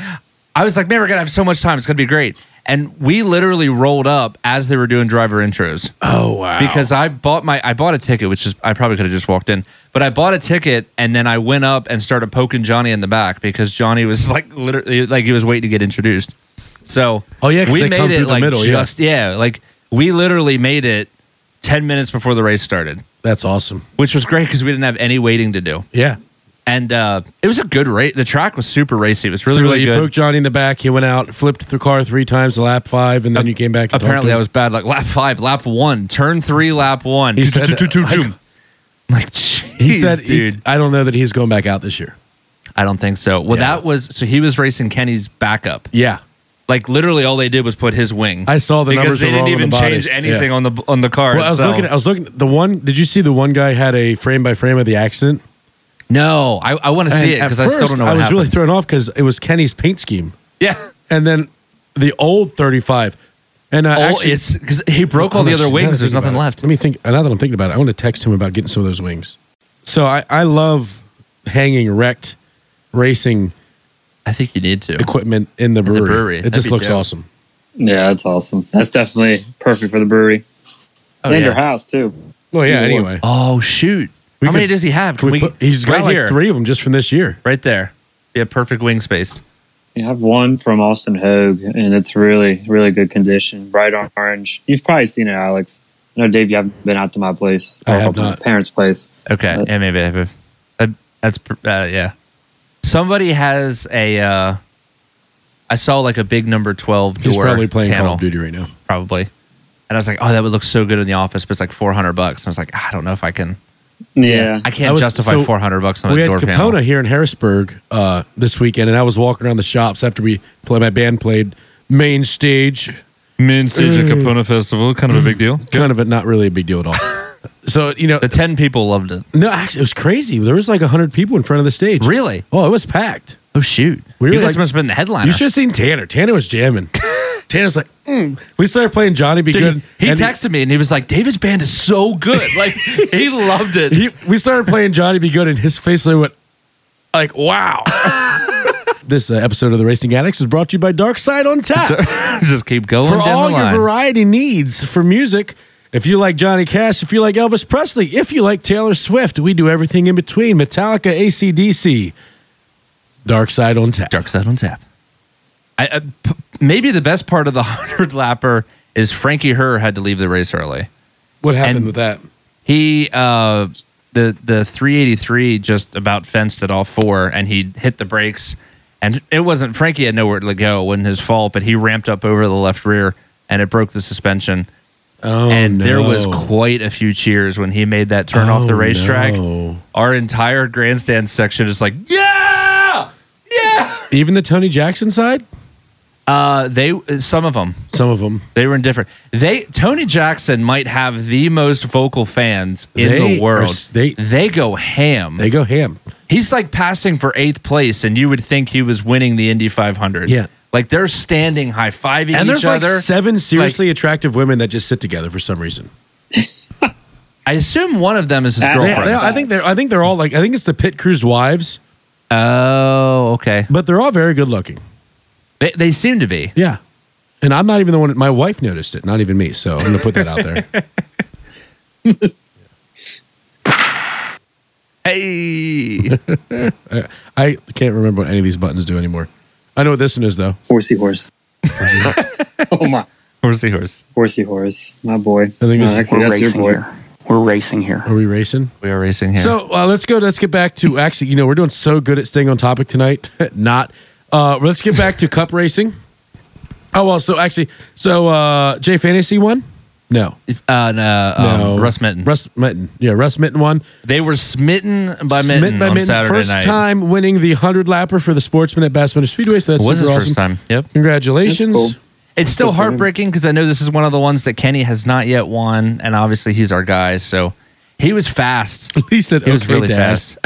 Speaker 4: I was like, "Man, we're gonna have so much time. It's gonna be great." And we literally rolled up as they were doing driver intros
Speaker 1: <laughs> oh, wow.
Speaker 4: because I bought my I bought a ticket, which is I probably could have just walked in, but I bought a ticket and then I went up and started poking Johnny in the back because Johnny was <laughs> like literally like he was waiting to get introduced. So
Speaker 1: Oh, yeah, 'cause
Speaker 4: we
Speaker 1: they
Speaker 4: made
Speaker 1: come
Speaker 4: it
Speaker 1: through the
Speaker 4: like
Speaker 1: middle, yeah.
Speaker 4: just yeah, like we literally made it ten minutes before the race started.
Speaker 1: That's awesome.
Speaker 4: which was great because we didn't have any waiting to do.
Speaker 1: Yeah.
Speaker 4: And uh, it was a good race. The track was super racy. It was really,
Speaker 1: so
Speaker 4: really
Speaker 1: you
Speaker 4: good.
Speaker 1: poked Johnny in the back. He went out, flipped the car three times, lap five, and then you came back. and
Speaker 4: Apparently, I
Speaker 1: talked
Speaker 4: was bad. Like lap five, lap one, turn three, lap one.
Speaker 1: He
Speaker 4: <laughs>
Speaker 1: said that-
Speaker 4: I'm Like, jeez,
Speaker 1: to him. He said, he-
Speaker 4: dude.
Speaker 1: "I don't know that he's going back out this year."
Speaker 4: I don't think so. Well,
Speaker 1: Yeah.
Speaker 4: that was so he was racing Kenny's backup.
Speaker 1: Yeah,
Speaker 4: Like literally, all they did was put his wing.
Speaker 1: I saw the
Speaker 4: because
Speaker 1: numbers
Speaker 4: they
Speaker 1: were
Speaker 4: didn't
Speaker 1: wrong on
Speaker 4: even
Speaker 1: the body.
Speaker 4: change anything
Speaker 1: Yeah.
Speaker 4: on the on the car.
Speaker 1: Well, I was
Speaker 4: itself.
Speaker 1: looking. I was looking. The one. Did you see the one guy had a frame by frame of the accident?
Speaker 4: no, I, I want to see it
Speaker 1: And at
Speaker 4: because I still
Speaker 1: first,
Speaker 4: don't know what
Speaker 1: I was
Speaker 4: happened.
Speaker 1: really thrown off because it was Kenny's paint scheme,
Speaker 4: yeah,
Speaker 1: and then the old thirty-five, and uh,
Speaker 4: all,
Speaker 1: actually.
Speaker 4: it's because he Oh, broke all the
Speaker 1: Hold on,
Speaker 4: other
Speaker 1: actually, now that I
Speaker 4: wings. There's
Speaker 1: think
Speaker 4: nothing
Speaker 1: about it.
Speaker 4: left.
Speaker 1: Let me think. uh, Now that I'm thinking about it, I want to text him about getting some of those wings. So I, I love hanging wrecked racing
Speaker 4: I think you need to.
Speaker 1: equipment in the brewery.
Speaker 4: brewery.
Speaker 1: It
Speaker 4: That'd
Speaker 1: just
Speaker 4: be
Speaker 1: looks
Speaker 4: dope.
Speaker 1: awesome.
Speaker 2: Yeah, that's awesome. That's definitely perfect for the brewery
Speaker 4: Oh,
Speaker 2: and your
Speaker 4: yeah.
Speaker 2: house too.
Speaker 1: Well, yeah.
Speaker 2: Either way.
Speaker 1: Anyway,
Speaker 4: Oh shoot!
Speaker 1: We
Speaker 4: How many
Speaker 1: could-
Speaker 4: does he have?
Speaker 1: can we put, he's got
Speaker 4: right
Speaker 1: like
Speaker 4: here,
Speaker 1: three of them just from this year.
Speaker 4: right there. Yeah, perfect wing space.
Speaker 2: You have one from Austin Hogue, and it's really, really good condition. Bright orange. You've probably seen it, Alex. No, Dave, you haven't been out to my place.
Speaker 1: I have
Speaker 2: my
Speaker 1: not.
Speaker 2: Parents' place.
Speaker 4: Okay,
Speaker 2: Uh,
Speaker 4: yeah, maybe. I have a- uh, that's pr- uh, yeah. Somebody has a. Uh, I saw like a big number twelve door
Speaker 1: He's probably playing
Speaker 4: panel,
Speaker 1: Call of Duty right now.
Speaker 4: probably, and I was like, "Oh, that would look so good in the office," but it's like four hundred bucks. And I was like, "I don't know if I can.
Speaker 2: Yeah.
Speaker 4: I
Speaker 1: I
Speaker 4: can't
Speaker 1: was-
Speaker 4: justify
Speaker 1: so
Speaker 4: four hundred bucks on
Speaker 1: we
Speaker 4: a
Speaker 1: had
Speaker 4: door
Speaker 1: Capona
Speaker 4: panel."
Speaker 1: here in Harrisburg uh, this weekend, and I was walking around the shops after we play. My band played main stage,
Speaker 4: Main stage at Capona Festival, kind of a big deal.
Speaker 1: kind of a not really a big deal at
Speaker 4: <laughs>
Speaker 1: all. so you know,
Speaker 4: The ten people loved it.
Speaker 1: no, actually, it was crazy. There was like hundred people in front of the stage.
Speaker 4: Really?
Speaker 1: Oh, it was packed.
Speaker 4: Oh shoot!
Speaker 1: We were
Speaker 4: you guys
Speaker 1: like-
Speaker 4: must have been the headliner.
Speaker 1: You should have seen Tanner. Tanner was
Speaker 4: <laughs>
Speaker 1: jamming. Tanner's like, mm. we started playing Johnny Be
Speaker 4: Dude,
Speaker 1: Good.
Speaker 4: He, he
Speaker 1: and
Speaker 4: texted me and he was like, "David's band is so good."
Speaker 1: <laughs>
Speaker 4: Like he loved it.
Speaker 1: he, we started playing Johnny Be Good, and his face literally went like, "Wow." <laughs> this uh, episode of the Racing Addicts is brought to you by Dark Side on Tap.
Speaker 4: Just keep going
Speaker 1: for
Speaker 4: down
Speaker 1: all
Speaker 4: the
Speaker 1: your
Speaker 4: line.
Speaker 1: variety needs for music. If you like Johnny Cash, if you like Elvis Presley, if you like Taylor Swift, we do everything in between. Metallica, ACDC, Dark Side on Tap.
Speaker 4: Dark side on tap. I, I- p- maybe the best part of the <laughs> hundred lapper is Frankie Herr had to leave the race early.
Speaker 1: What happened
Speaker 4: And-
Speaker 1: with that?
Speaker 4: He uh, the the 383 just about fenced at all four, and he hit the brakes. And it wasn't Frankie had nowhere to go. It wasn't his fault, but he ramped up over the left rear, and it broke the suspension.
Speaker 1: Oh,
Speaker 4: and there was
Speaker 1: no.
Speaker 4: quite a few cheers when he made that turn off the
Speaker 1: Oh,
Speaker 4: racetrack.
Speaker 1: no.
Speaker 4: Our entire grandstand section is like, yeah, yeah.
Speaker 1: Even the Tony Jackson side,
Speaker 4: Uh, they some of them
Speaker 1: some of them.
Speaker 4: they were indifferent. They Tony Jackson might have the most vocal fans in
Speaker 1: They
Speaker 4: the
Speaker 1: are
Speaker 4: world.
Speaker 1: s- they-
Speaker 4: go ham.
Speaker 1: They go ham.
Speaker 4: He's like passing for eighth place, and you would think he was winning the Indy 500.
Speaker 1: Yeah.
Speaker 4: like they're standing high fiving each
Speaker 1: And there's like
Speaker 4: other.
Speaker 1: seven seriously attractive women that just sit together for some reason.
Speaker 4: I assume one of them is his
Speaker 2: They-
Speaker 1: They-
Speaker 4: girlfriend.
Speaker 1: they- I think they're. I think they're all like. I think it's the pit crew's wives,
Speaker 4: oh, okay.
Speaker 1: but they're all very good looking.
Speaker 4: They, they seem to be.
Speaker 1: Yeah. And I'm not even the one, my wife noticed it, not even me. So I'm going to put that out
Speaker 4: <laughs>
Speaker 1: there.
Speaker 4: Hey.
Speaker 1: <laughs> I can't remember what any of these buttons do anymore. I know what this one is, though.
Speaker 2: Horsey horse. oh my.
Speaker 4: Horsey horse.
Speaker 2: Horsey horse. My boy.
Speaker 1: I think
Speaker 2: No,
Speaker 1: this is-
Speaker 2: actually, that's your boy.
Speaker 5: We're racing here.
Speaker 1: Are we racing?
Speaker 4: We are racing here.
Speaker 1: So uh, let's go. Let's get back to actually. You know, we're doing so good at staying on topic tonight. <laughs> Not. Uh, let's get back to cup racing. Oh well. So actually, so uh, Jay Fantasy won. No,
Speaker 4: If- uh, no, um,
Speaker 1: no.
Speaker 4: Russ Mitten.
Speaker 1: Russ Mitten. Yeah, Russ Mitten won.
Speaker 4: they were smitten by Mitten
Speaker 1: Smitten by
Speaker 4: on
Speaker 1: Mitten,
Speaker 4: Saturday
Speaker 1: first
Speaker 4: night.
Speaker 1: time winning the hundred lapper for the Sportsman at Bass Winter Speedway. So that's
Speaker 4: was his
Speaker 1: super awesome.
Speaker 4: first time. Yep.
Speaker 1: Congratulations.
Speaker 5: That's cool.
Speaker 4: It's still
Speaker 5: good for him.
Speaker 4: heartbreaking because I know this is one of the ones that Kenny has not yet won, and obviously he's our guy. So he was fast.
Speaker 1: <laughs> He said
Speaker 4: He
Speaker 1: <laughs>
Speaker 4: was
Speaker 1: "Okay,
Speaker 4: really
Speaker 1: Dad."
Speaker 4: fast.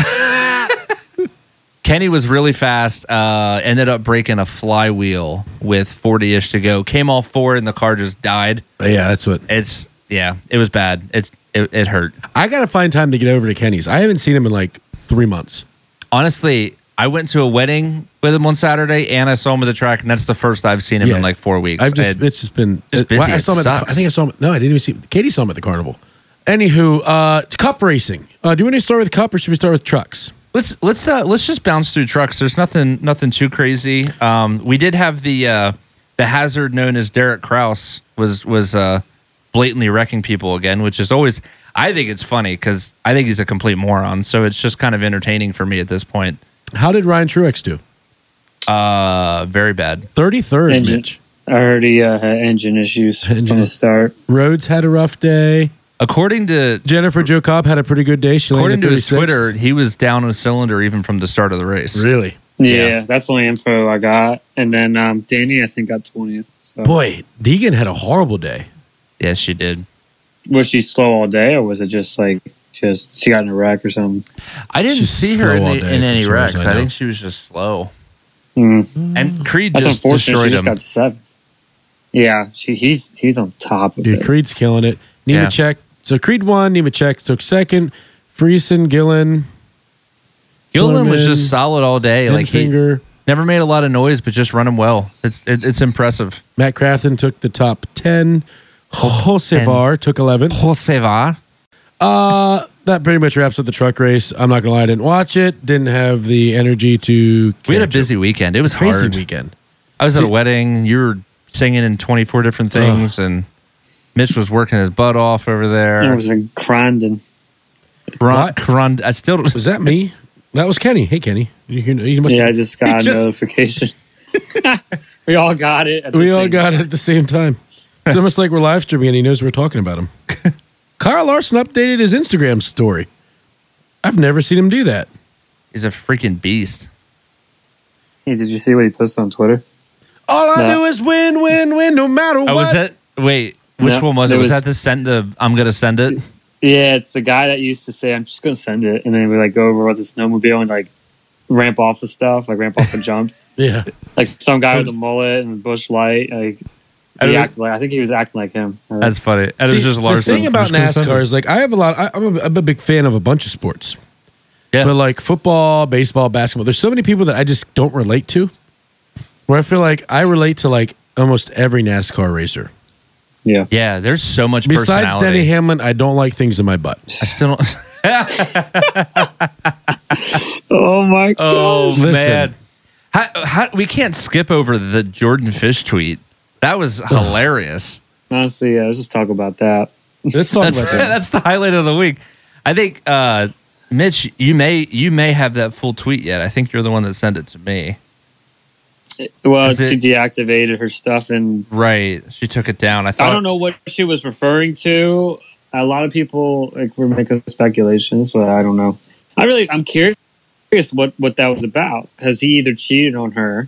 Speaker 4: Kenny was really fast. Uh, ended up breaking a flywheel with 40 ish to go. Came all four, and the car just died.
Speaker 1: Yeah, that's what.
Speaker 4: It's yeah, it was bad. It's it, it hurt.
Speaker 1: I gotta find time to get over to Kenny's. I haven't seen him in like three months.
Speaker 4: Honestly, I went to a wedding with him on Saturday, and I saw him at the track, and that's the first I've seen him
Speaker 1: Yeah.
Speaker 4: in like four weeks.
Speaker 1: I've just
Speaker 4: And
Speaker 1: it's just been
Speaker 4: just
Speaker 1: uh, well,
Speaker 4: busy.
Speaker 1: I
Speaker 4: It
Speaker 1: saw him. At the,
Speaker 4: sucks.
Speaker 1: I think I saw him. No, I didn't even see. Katie saw him at the carnival. Anywho, uh, cup racing. Uh, do we want to start with cup or should we start with trucks?
Speaker 4: Let's let's uh, let's just bounce through trucks. There's nothing nothing too crazy. Um, we did have the uh, the hazard known as Derek Kraus was was uh, blatantly wrecking people again, which is always I think it's funny because I think he's a complete moron. So it's just kind of entertaining for me at this point.
Speaker 1: How did Ryan Truex do?
Speaker 4: Uh, very bad.
Speaker 1: Thirty third,
Speaker 2: Engine.
Speaker 1: Mitch.
Speaker 2: I heard he uh, had engine issues
Speaker 1: Engine.
Speaker 2: from the start.
Speaker 1: Rhodes had a rough day.
Speaker 4: According to
Speaker 1: Jennifer Joe Cobb had a pretty good day. She
Speaker 4: according
Speaker 1: landed
Speaker 4: to his
Speaker 1: 36th.
Speaker 4: Twitter, he was down a cylinder even from the start of the race.
Speaker 1: Really,
Speaker 2: Yeah,
Speaker 4: Yeah.
Speaker 2: that's the only info I got. And then um, Danny, I think, got twentieth. So
Speaker 1: boy, Deegan had a horrible day.
Speaker 4: Yes, she did.
Speaker 2: was she slow all day, or was it just like just she got in a wreck or something?
Speaker 4: I didn't
Speaker 1: She's
Speaker 4: see her
Speaker 1: slow
Speaker 4: in,
Speaker 1: all
Speaker 4: the-
Speaker 1: day
Speaker 4: in
Speaker 1: for
Speaker 4: any
Speaker 1: some reason,
Speaker 4: wrecks.
Speaker 1: I
Speaker 4: I
Speaker 1: know.
Speaker 4: think she was just slow.
Speaker 2: Hmm.
Speaker 4: And Creed
Speaker 2: That's
Speaker 4: just
Speaker 2: unfortunate. She
Speaker 4: destroyed
Speaker 2: just
Speaker 4: him.
Speaker 2: got seventh. Yeah, she, he's he's on top of
Speaker 1: Dude,
Speaker 2: it.
Speaker 1: Creed's killing it.
Speaker 4: Yeah.
Speaker 1: Nemechek. So Creed won. Nemechek took second. Friesen, Gillen,
Speaker 4: Gilliland was
Speaker 1: Foreman,
Speaker 4: just solid all day. Like he
Speaker 1: Finger.
Speaker 4: never made a lot of noise, but just run him well. It's it, it's impressive.
Speaker 1: Matt Crafton took the top 10. Josevar took 11.
Speaker 4: Josevar.
Speaker 1: Uh, that pretty much wraps up the truck race. I'm not going to lie, I didn't watch it. Didn't have the energy to.
Speaker 4: We had a
Speaker 1: catch up.
Speaker 4: busy weekend. It was
Speaker 1: crazy
Speaker 4: hard.
Speaker 1: weekend.
Speaker 4: I was at a wedding. You were singing in twenty four different things, and Mitch was working his butt off over
Speaker 2: I
Speaker 4: there.
Speaker 2: was in Crandon.
Speaker 4: Gron,
Speaker 1: What?
Speaker 4: Gron, I still don't-
Speaker 1: Was that me? That was Kenny. Hey, Kenny. You, hear- you must
Speaker 2: Yeah, I just got a
Speaker 1: He just-
Speaker 2: notification. <laughs> we all got it. At the
Speaker 1: we all
Speaker 2: same
Speaker 1: got
Speaker 2: time.
Speaker 1: it at the same time. It's almost like we're live streaming and he knows we're talking about <laughs> him. Kyle Larson updated his Instagram story. I've never seen him do that.
Speaker 4: he's a freaking beast.
Speaker 2: Hey, did you see what he posted on Twitter?
Speaker 1: All I
Speaker 2: No.
Speaker 1: do is win, win, win, no matter what.
Speaker 4: Oh, was that? Wait, which
Speaker 2: No,
Speaker 4: one was it?
Speaker 2: there
Speaker 4: Was,
Speaker 2: was-
Speaker 4: that the send the? I'm gonna send it.
Speaker 2: Yeah, it's the guy that used to say, "I'm just gonna send it," and then we like go over with the snowmobile and like ramp off of stuff, like ramp off of jumps.
Speaker 1: Yeah.
Speaker 2: Like some guy with a mullet and a bush light. Like
Speaker 4: I
Speaker 2: he
Speaker 4: don't-
Speaker 2: acted like I think he was acting like him. Uh,
Speaker 4: That's funny. And it was
Speaker 1: See,
Speaker 4: just Larson.
Speaker 1: The thing about NASCAR is like I have a lot. I, I'm, a, I'm a big fan of a bunch of sports.
Speaker 4: Yeah.
Speaker 1: But like football, baseball, basketball, there's so many people that I just don't relate to. Where I feel like I relate to like almost every NASCAR racer.
Speaker 2: yeah.
Speaker 4: yeah, there's so much
Speaker 1: Besides
Speaker 4: personality.
Speaker 1: Denny Hamlin, I don't like things in my
Speaker 4: <laughs>
Speaker 1: butt.
Speaker 4: I still don't.
Speaker 2: Oh my
Speaker 4: Oh
Speaker 1: Listen.
Speaker 4: man, how, how, we can't skip over the Jordan Fish tweet. That was hilarious.
Speaker 2: Honestly, yeah, let's just talk about that.
Speaker 1: Let's talk
Speaker 4: That's <laughs>
Speaker 1: about that.
Speaker 4: that's the highlight of the week. I think uh, Mitch, you may you may have that full tweet yet. I think you're the one that sent it to me.
Speaker 2: Well,
Speaker 4: Is
Speaker 2: she
Speaker 4: it-
Speaker 2: deactivated her stuff, and
Speaker 4: Right, she took it down. I thought
Speaker 2: I don't know what she was referring to. A lot of people like were making speculations, so I don't know. I really, I'm curious what what that was about because he either cheated on her,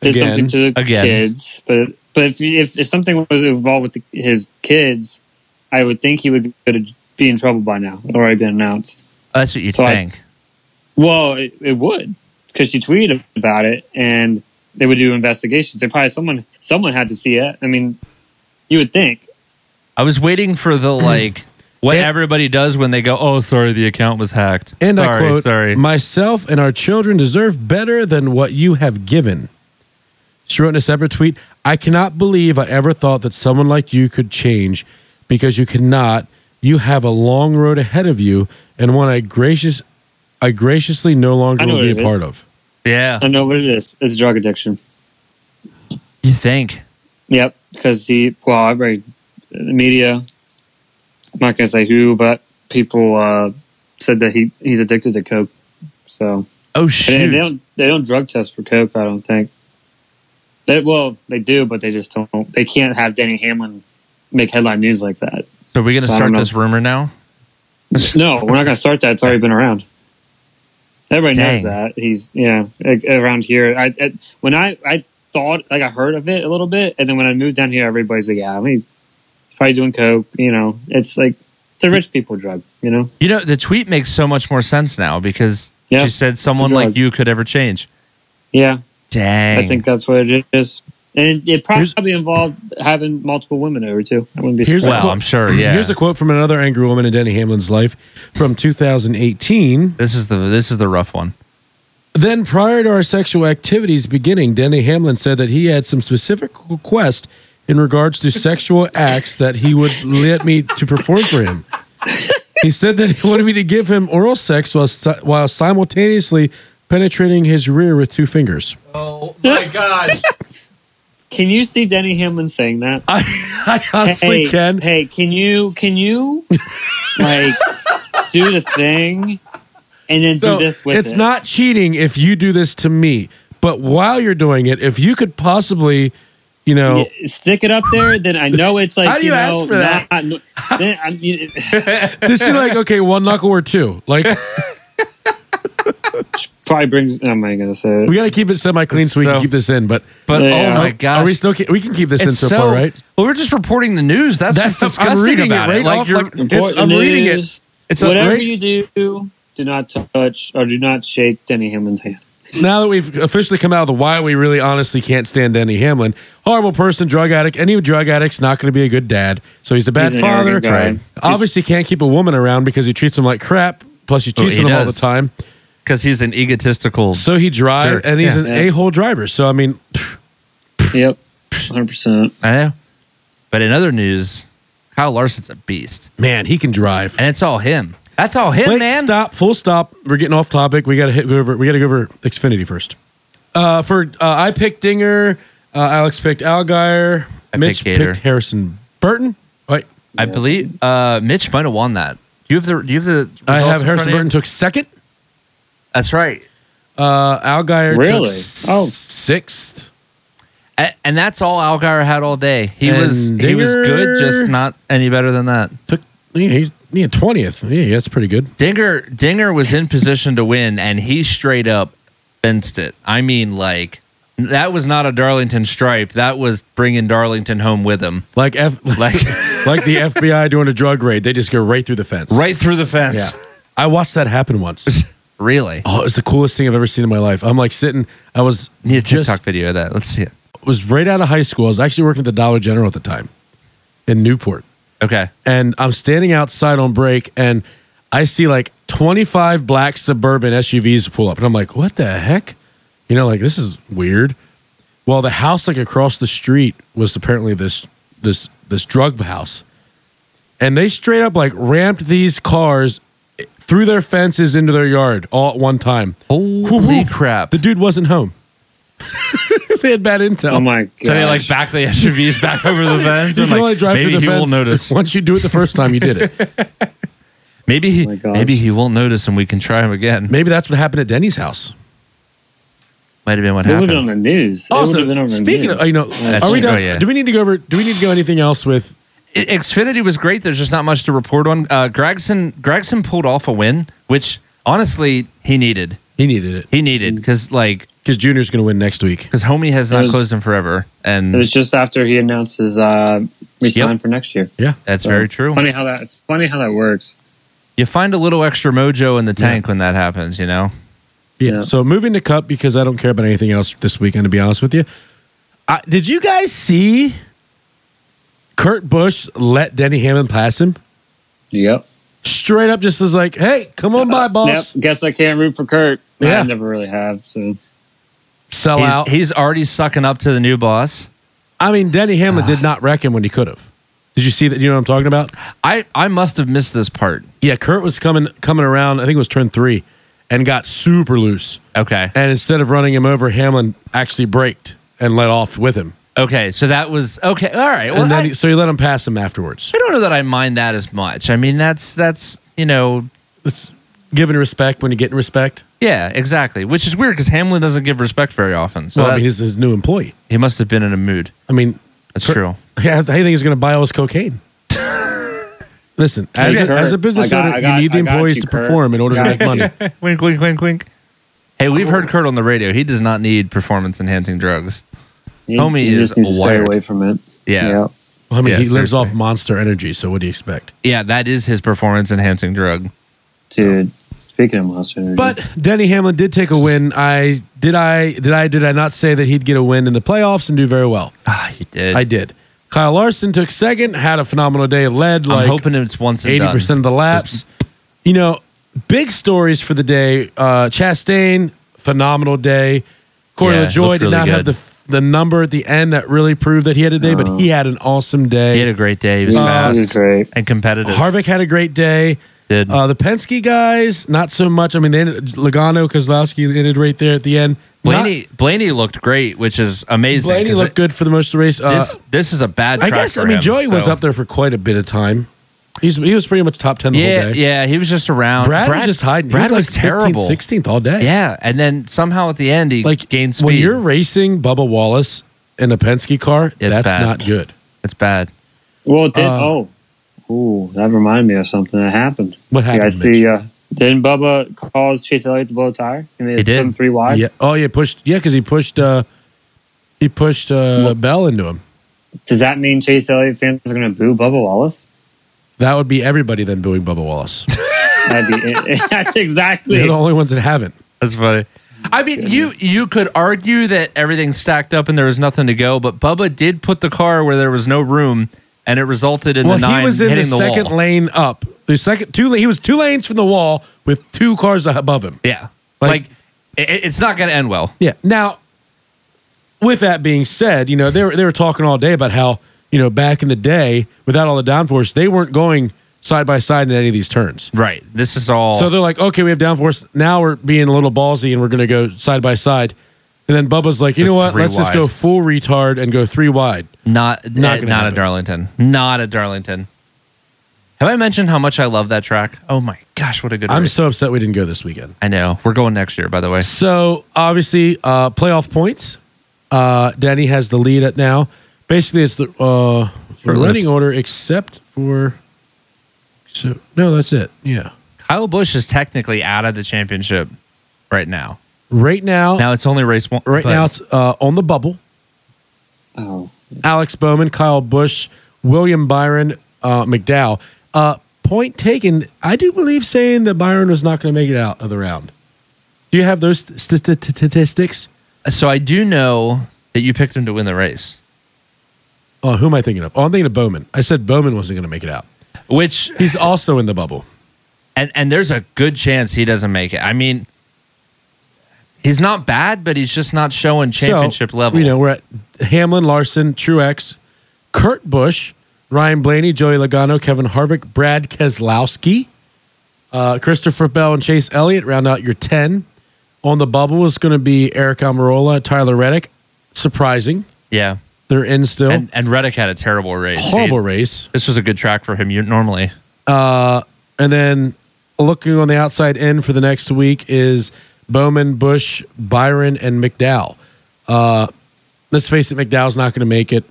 Speaker 2: did
Speaker 1: Again.
Speaker 2: something to the
Speaker 4: Again.
Speaker 2: kids, but but if, if if something was involved with the, his kids, I would think he would go to- be in trouble by now. It'd already been announced.
Speaker 4: That's what you
Speaker 2: So I-
Speaker 4: think.
Speaker 2: Well, it, it would because she tweeted about it, and they would do investigations. They probably someone someone had to see it. I mean, you would think.
Speaker 4: I, was waiting for
Speaker 2: <clears throat>
Speaker 4: the like what
Speaker 1: And-
Speaker 4: everybody does when they go, "Oh, sorry, the account was hacked."
Speaker 1: And
Speaker 4: sorry,
Speaker 1: I quote,
Speaker 4: "Sorry."
Speaker 1: myself and our children deserve better than what you have given. She wrote in a separate tweet, I cannot believe I ever thought that someone like you could change because you cannot. You have a long road ahead of you and one I gracious I graciously no longer
Speaker 2: I know
Speaker 1: will be a
Speaker 2: what it is.
Speaker 1: part of.
Speaker 4: yeah,
Speaker 2: I know what it is. It's drug addiction.
Speaker 4: you think?
Speaker 2: Yep, because he well, I read the media I'm not going to say who, but people uh, said that he he's addicted to coke. So
Speaker 4: Oh
Speaker 2: and they,
Speaker 4: shoot!
Speaker 2: they don't they don't drug test for coke. I don't think. They, well, they do, but they just don't. They can't have Danny Hamlin make headline news like that.
Speaker 4: so are we gonna
Speaker 2: So I
Speaker 4: start
Speaker 2: don't know.
Speaker 4: this rumor now?
Speaker 2: No, we're not going to start that. It's already been around. Everybody knows
Speaker 4: Dang.
Speaker 2: that he's yeah like, around here. I, I when I I thought like I heard of it a little bit, and then when I moved down here, everybody's like, yeah, I mean, he's probably doing coke. You know, it's like the rich people drug. You know,
Speaker 4: You know, the tweet makes so much more sense now because
Speaker 2: Yeah,
Speaker 4: she said someone like
Speaker 2: drug.
Speaker 4: you could ever change.
Speaker 2: yeah.
Speaker 4: Dang.
Speaker 2: I think that's what it is. And it probably
Speaker 1: Here's-
Speaker 2: involved having multiple women over too. I wouldn't be
Speaker 1: Here's
Speaker 2: surprised.
Speaker 1: a
Speaker 4: Well,
Speaker 1: quote-
Speaker 4: I'm <clears throat> sure. Yeah.
Speaker 1: Here's a quote from another angry woman in Denny Hamlin's life from 2018.
Speaker 4: this is the this is the rough one.
Speaker 1: Then, prior to our sexual activities beginning, Denny Hamlin said that he had some specific request in regards to sexual acts that he would let me to perform for him. He said that he wanted me to give him oral sex while, si- while simultaneously penetrating his rear with two fingers. <laughs>
Speaker 4: Oh my gosh.
Speaker 2: Can you see Denny Hamlin saying that?
Speaker 1: I, I honestly
Speaker 2: hey,
Speaker 1: can.
Speaker 2: Hey, can you can you like do the thing and then
Speaker 1: So,
Speaker 2: do this with
Speaker 1: it's
Speaker 2: it?
Speaker 1: not cheating if you do this to me, but while you're doing it, if you could possibly, you know,
Speaker 2: Yeah, Stick it up there, then I know it's like
Speaker 1: How do you ask
Speaker 2: know
Speaker 1: for that?
Speaker 2: not- not- then I mean,
Speaker 1: this is like okay, one knuckle or two. Like
Speaker 2: <laughs> probably brings. I'm not gonna say it.
Speaker 1: we got to keep it semi clean so we can
Speaker 4: So-
Speaker 1: keep this in. But
Speaker 4: But
Speaker 2: Yeah.
Speaker 4: oh my gosh.
Speaker 1: Are we still? We can keep this in
Speaker 4: it's
Speaker 1: so,
Speaker 4: so,
Speaker 1: far, right?
Speaker 4: Well, we're just reporting the news. That's,
Speaker 1: That's
Speaker 4: what's
Speaker 1: the- I'm
Speaker 4: disgusting
Speaker 1: reading it
Speaker 4: about it.
Speaker 1: right
Speaker 4: Like
Speaker 1: off,
Speaker 4: you're,
Speaker 1: like- It's- I'm reading it.
Speaker 2: is,
Speaker 4: it's a
Speaker 2: Whatever
Speaker 1: great-
Speaker 2: you do, do not touch or do not shake Denny Hamlin's hand.
Speaker 1: Now that we've officially come out of the why we really honestly can't stand Denny Hamlin, horrible person, drug addict. Any drug addict's not going to be a good dad. So he's a bad
Speaker 2: He's an
Speaker 1: father.
Speaker 2: arrogant guy.
Speaker 1: Obviously, can't keep a woman around because he treats them like crap. Plus, he cheats
Speaker 4: Oh, he
Speaker 1: on them all the
Speaker 4: does.
Speaker 1: time.
Speaker 4: because he's an egotistical.
Speaker 1: So he drives,
Speaker 4: Jerk.
Speaker 1: and he's
Speaker 4: Yeah.
Speaker 1: an a-hole driver. So I mean,
Speaker 2: Yep, hundred percent.
Speaker 4: I know. But in other news, Kyle Larson's a beast,
Speaker 1: man, he can drive.
Speaker 4: and it's all him. That's all him,
Speaker 1: Wait,
Speaker 4: man.
Speaker 1: stop. Full stop. We're getting off topic. We got to hit go over. We got to go over Xfinity first. Uh, for uh, I picked Dinger. Uh, Alex picked Algier.
Speaker 4: I
Speaker 1: Mitch
Speaker 4: picked Gator.
Speaker 1: picked Harrison Burton. Wait,
Speaker 4: I believe uh, Mitch might have won that. Do you have the? Do you have the? Results
Speaker 1: I
Speaker 4: in
Speaker 1: have
Speaker 4: front
Speaker 1: Harrison
Speaker 4: of you?
Speaker 1: Burton took second.
Speaker 4: That's right.
Speaker 1: Uh, Algier
Speaker 2: Really?
Speaker 1: took
Speaker 2: Oh.
Speaker 1: sixth.
Speaker 4: A- And that's all Algar had all day. He
Speaker 1: And
Speaker 4: was he was good,
Speaker 1: Dinger-
Speaker 4: just not any better than that.
Speaker 1: Took yeah, he's yeah twentieth. Yeah, that's pretty good.
Speaker 4: Dinger Dinger was in position to win, and he straight up fenced it. I mean, like that was not a Darlington stripe. That was bringing Darlington home with him,
Speaker 1: Like F, <laughs> like
Speaker 4: <laughs> like
Speaker 1: like the FBI doing a drug raid. They just go right through the fence.
Speaker 4: right through the fence.
Speaker 1: Yeah. I watched that happen
Speaker 4: <laughs>
Speaker 1: once.
Speaker 4: Really?
Speaker 1: Oh, it's the coolest thing I've ever seen in my life. I'm like sitting. I was
Speaker 4: Need a
Speaker 1: Just-
Speaker 4: TikTok video of that. Let's see it.
Speaker 1: was right out of high school. I was actually working at the Dollar General at the time in Newport.
Speaker 4: Okay.
Speaker 1: And I'm standing outside on break and I see like 25 black suburban SUVs pull up. And I'm like, what the heck? You know, like this is weird. Well, the house like across the street was apparently this this this drug house. And they straight up like ramped these cars through their fences into their yard all at one time.
Speaker 4: Holy crap!
Speaker 1: The dude wasn't home. <laughs> they had bad intel.
Speaker 2: Oh my god!
Speaker 4: So they like back the SUVs back over <laughs> the fence.
Speaker 1: You can
Speaker 4: and, like,
Speaker 1: only drive
Speaker 4: maybe
Speaker 1: through the
Speaker 4: he
Speaker 1: fence
Speaker 4: will <laughs>
Speaker 1: <laughs>
Speaker 4: notice.
Speaker 1: once you do it the first time. You
Speaker 4: <laughs>
Speaker 1: did it.
Speaker 4: Maybe he
Speaker 2: my gosh.
Speaker 4: maybe he won't notice, and we can try him again.
Speaker 1: Maybe that's what happened at Denny's house.
Speaker 4: Might have been what
Speaker 2: It would have been on
Speaker 4: happened.
Speaker 2: the news. It
Speaker 1: Also,
Speaker 2: would've been on the
Speaker 1: speaking
Speaker 2: news.
Speaker 1: of, you know,
Speaker 4: That's
Speaker 1: are we
Speaker 4: true.
Speaker 1: done?
Speaker 4: Oh, yeah.
Speaker 1: Do we need to go over? Do we need to go anything else with?
Speaker 4: I- Xfinity was great. There's just not much to report on. Uh, Gregson Gregson pulled off a win, which honestly he needed.
Speaker 1: He needed it
Speaker 4: He needed because like
Speaker 1: because Junior's going to win next week.
Speaker 4: because Homie has not
Speaker 2: was-
Speaker 4: closed in forever,
Speaker 2: It
Speaker 4: and
Speaker 2: was just after he announced his uh, resign for next year.
Speaker 4: that's very true.
Speaker 2: Funny how that. it's Funny how that works.
Speaker 4: You find a little extra mojo in the tank when that happens. You know.
Speaker 1: Yeah.
Speaker 2: Yeah.
Speaker 1: So moving to Cup because I don't care about anything else this weekend. To be honest with you, I, did you guys see Kurt Busch let Denny Hamlin pass him?
Speaker 2: Yep.
Speaker 1: Straight up, just as like, hey, come on by, boss.
Speaker 2: Yep. Guess I can't root for Kurt.
Speaker 1: Yeah.
Speaker 2: I never really have. So
Speaker 1: Sell
Speaker 4: He's,
Speaker 1: out.
Speaker 4: he's already sucking up to the new boss.
Speaker 1: I mean, Denny Hamlin
Speaker 4: Ah.
Speaker 1: did not wreck him when he could have. Did you see that? You know what I'm talking about?
Speaker 4: I, I must have missed this part.
Speaker 1: Yeah, Kurt was coming coming around. I think it was turn three, and got super loose.
Speaker 4: Okay.
Speaker 1: And instead of running him over, Hamlin actually braked and let off with him.
Speaker 4: Okay, so that was okay. All right. Well,
Speaker 1: and then
Speaker 4: I,
Speaker 1: he- so you let him pass him afterwards.
Speaker 4: I don't know that I mind that as much. I mean, that's that's you know,
Speaker 1: It's giving respect when you're getting respect.
Speaker 4: yeah, exactly. Which is weird because Hamlin doesn't give respect very often. So
Speaker 1: well, I
Speaker 4: that-
Speaker 1: mean, he's his new employee.
Speaker 4: he must have been in a mood.
Speaker 1: I mean,
Speaker 4: That's
Speaker 1: Cor-
Speaker 4: true.
Speaker 1: I think he's going to buy all his cocaine. <laughs> Listen, as
Speaker 2: Hey,
Speaker 1: a,
Speaker 2: Kurt,
Speaker 1: as a business
Speaker 2: I got-
Speaker 1: owner,
Speaker 2: I got-
Speaker 1: you need the
Speaker 2: I got
Speaker 1: employees
Speaker 2: you,
Speaker 1: to
Speaker 2: Kurt.
Speaker 1: perform in order to
Speaker 2: Got
Speaker 1: make <laughs> money.
Speaker 4: Wink, wink, wink, wink. Hey, we've heard Kurt on the radio. He does not need performance enhancing drugs.
Speaker 2: He-
Speaker 4: Homie
Speaker 2: he
Speaker 4: is
Speaker 2: just needs to stay
Speaker 4: wired.
Speaker 2: away from it.
Speaker 4: Yeah. yeah.
Speaker 1: Well, I mean,
Speaker 4: Yeah,
Speaker 1: he lives
Speaker 4: seriously.
Speaker 1: off monster energy, so what do you expect?
Speaker 4: that is his performance enhancing drug.
Speaker 2: dude. Speaking of Monster Energy,
Speaker 1: But Denny Hamlin did take a win. I did I did I did I not say that he'd get a win in the playoffs and do very well.
Speaker 4: Ah, he did.
Speaker 1: I did. Kyle Larson took second, had a phenomenal day, led
Speaker 4: I'm
Speaker 1: like
Speaker 4: hoping it's once and
Speaker 1: eighty
Speaker 4: done.
Speaker 1: percent of the laps. You know, big stories for the day. Uh, Chastain, phenomenal day. Corey
Speaker 4: Yeah,
Speaker 1: LaJoy
Speaker 4: looked
Speaker 1: did
Speaker 4: really
Speaker 1: not have
Speaker 4: good.
Speaker 1: the the number at the end that really proved that he had a day, but he had an awesome
Speaker 4: He had
Speaker 1: day.
Speaker 4: a great day. He was
Speaker 2: He was
Speaker 4: fast
Speaker 2: great.
Speaker 4: and competitive.
Speaker 1: Harvick had a great day.
Speaker 4: did.
Speaker 1: Uh, the Penske guys, not so much. I mean, they ended, Logano, Kozlowski ended right there at the end. Not-
Speaker 4: Blaney Blaney looked great, which is amazing.
Speaker 1: Blaney
Speaker 4: 'cause
Speaker 1: looked good for the most of the race.
Speaker 4: th-
Speaker 1: Uh,
Speaker 4: This, this is a bad.
Speaker 1: I
Speaker 4: Track
Speaker 1: guess.
Speaker 4: for
Speaker 1: I mean,
Speaker 4: him,
Speaker 1: Joey was
Speaker 4: so-
Speaker 1: up there for quite a bit of time. He's he was pretty much top ten the
Speaker 4: Yeah,
Speaker 1: whole day.
Speaker 4: yeah, he was just around.
Speaker 1: Brad, was just hiding.
Speaker 4: Brad
Speaker 1: he was,
Speaker 4: was,
Speaker 1: like
Speaker 4: terrible.
Speaker 1: 15th, 16th all day.
Speaker 4: Yeah, and then somehow at the end he
Speaker 1: like
Speaker 4: gained speed.
Speaker 1: When you're racing Bubba Wallace in a Penske car, that's
Speaker 4: bad.
Speaker 1: not good.
Speaker 4: it's bad.
Speaker 2: Well, it did.
Speaker 1: Uh,
Speaker 2: oh, ooh, that reminded me of something that happened.
Speaker 1: What happened?
Speaker 2: yeah, I see.
Speaker 1: Mitch?
Speaker 2: Uh, didn't Bubba cause Chase Elliott to blow a tire? And they
Speaker 4: He did.
Speaker 2: Put him three wide.
Speaker 1: yeah. Oh yeah, pushed. Yeah, because he pushed. uh He pushed uh Bell into him.
Speaker 2: Does that mean Chase Elliott fans are going to boo Bubba Wallace?
Speaker 1: That would be everybody then booing Bubba
Speaker 4: <laughs>
Speaker 1: Wallace.
Speaker 2: That'd be, <laughs> that's
Speaker 1: They're
Speaker 2: exactly.
Speaker 1: the only ones that haven't.
Speaker 4: That's funny. I mean,
Speaker 2: Goodness.
Speaker 4: you you could argue that everything stacked up and there was nothing to go, but Bubba did put the car where there was no room, and it resulted in
Speaker 1: well,
Speaker 4: the nine
Speaker 1: he was in the,
Speaker 4: hitting the,
Speaker 1: second
Speaker 4: wall.
Speaker 1: lane up. The second two. He was two lanes from the wall with two cars above him.
Speaker 4: yeah,
Speaker 1: Like-
Speaker 4: like, it, it's not going to end well.
Speaker 1: Yeah. Now, with that being said, you know they were they were talking all day about how you know back in the day without all the downforce they weren't going side by side in any of these turns.
Speaker 4: Right. This is all.
Speaker 1: So they're like, okay, we have downforce. Now we're being a little ballsy and we're going to go side by side. And then Bubba's like, you
Speaker 4: The
Speaker 1: know what?
Speaker 4: three
Speaker 1: Let's just
Speaker 4: wide.
Speaker 1: go full retard and go three wide.
Speaker 4: Not
Speaker 1: Not
Speaker 4: not,
Speaker 1: gonna
Speaker 4: not
Speaker 1: happen.
Speaker 4: at Darlington. Not at Darlington. Have I mentioned how much I love that track? Oh my gosh, what a good
Speaker 1: I'm
Speaker 4: race.
Speaker 1: so upset we didn't go this weekend.
Speaker 4: I know. We're going next year, by the way.
Speaker 1: So obviously, uh, playoff points. Uh, Danny has the lead at now. Basically, it's the uh,
Speaker 4: Sure,
Speaker 1: running
Speaker 4: left.
Speaker 1: order except for. So no, that's it. Yeah.
Speaker 4: Kyle Bush is technically out of the championship right now.
Speaker 1: Right now,
Speaker 4: Now it's only race one.
Speaker 1: Oh. right
Speaker 4: but
Speaker 1: now it's uh, on the bubble.
Speaker 2: Oh,
Speaker 1: Alex Bowman, Kyle Bush, William Byron, uh, McDowell. Uh, point taken. I do believe saying that Byron was not going to make it out of the round. Do you have those st- st- st- statistics?
Speaker 4: So I do know that you picked him to win the race,
Speaker 1: Oh, who am I thinking of? Oh, I'm thinking of Bowman. I said Bowman wasn't going to make it out.
Speaker 4: which
Speaker 1: He's also in the bubble.
Speaker 4: and and there's a good chance he doesn't make it. I mean, he's not bad, but he's just not showing championship
Speaker 1: so,
Speaker 4: level.
Speaker 1: You know, we're at Hamlin, Larson, Truex, Kurt Busch, Ryan Blaney, Joey Logano, Kevin Harvick, Brad Keselowski, uh, Christopher Bell, and Chase Elliott round out your 10. On the bubble is going to be Eric Almirola, Tyler Reddick. Surprising.
Speaker 4: yeah.
Speaker 1: They're in still.
Speaker 4: And and Reddick had a terrible race. He-
Speaker 1: Horrible race.
Speaker 4: this was a good track for him. You normally
Speaker 1: Uh, and then looking on the outside in for the next week is Bowman, Bush, Byron, and McDowell. Uh, let's face it, McDowell's not going to make it.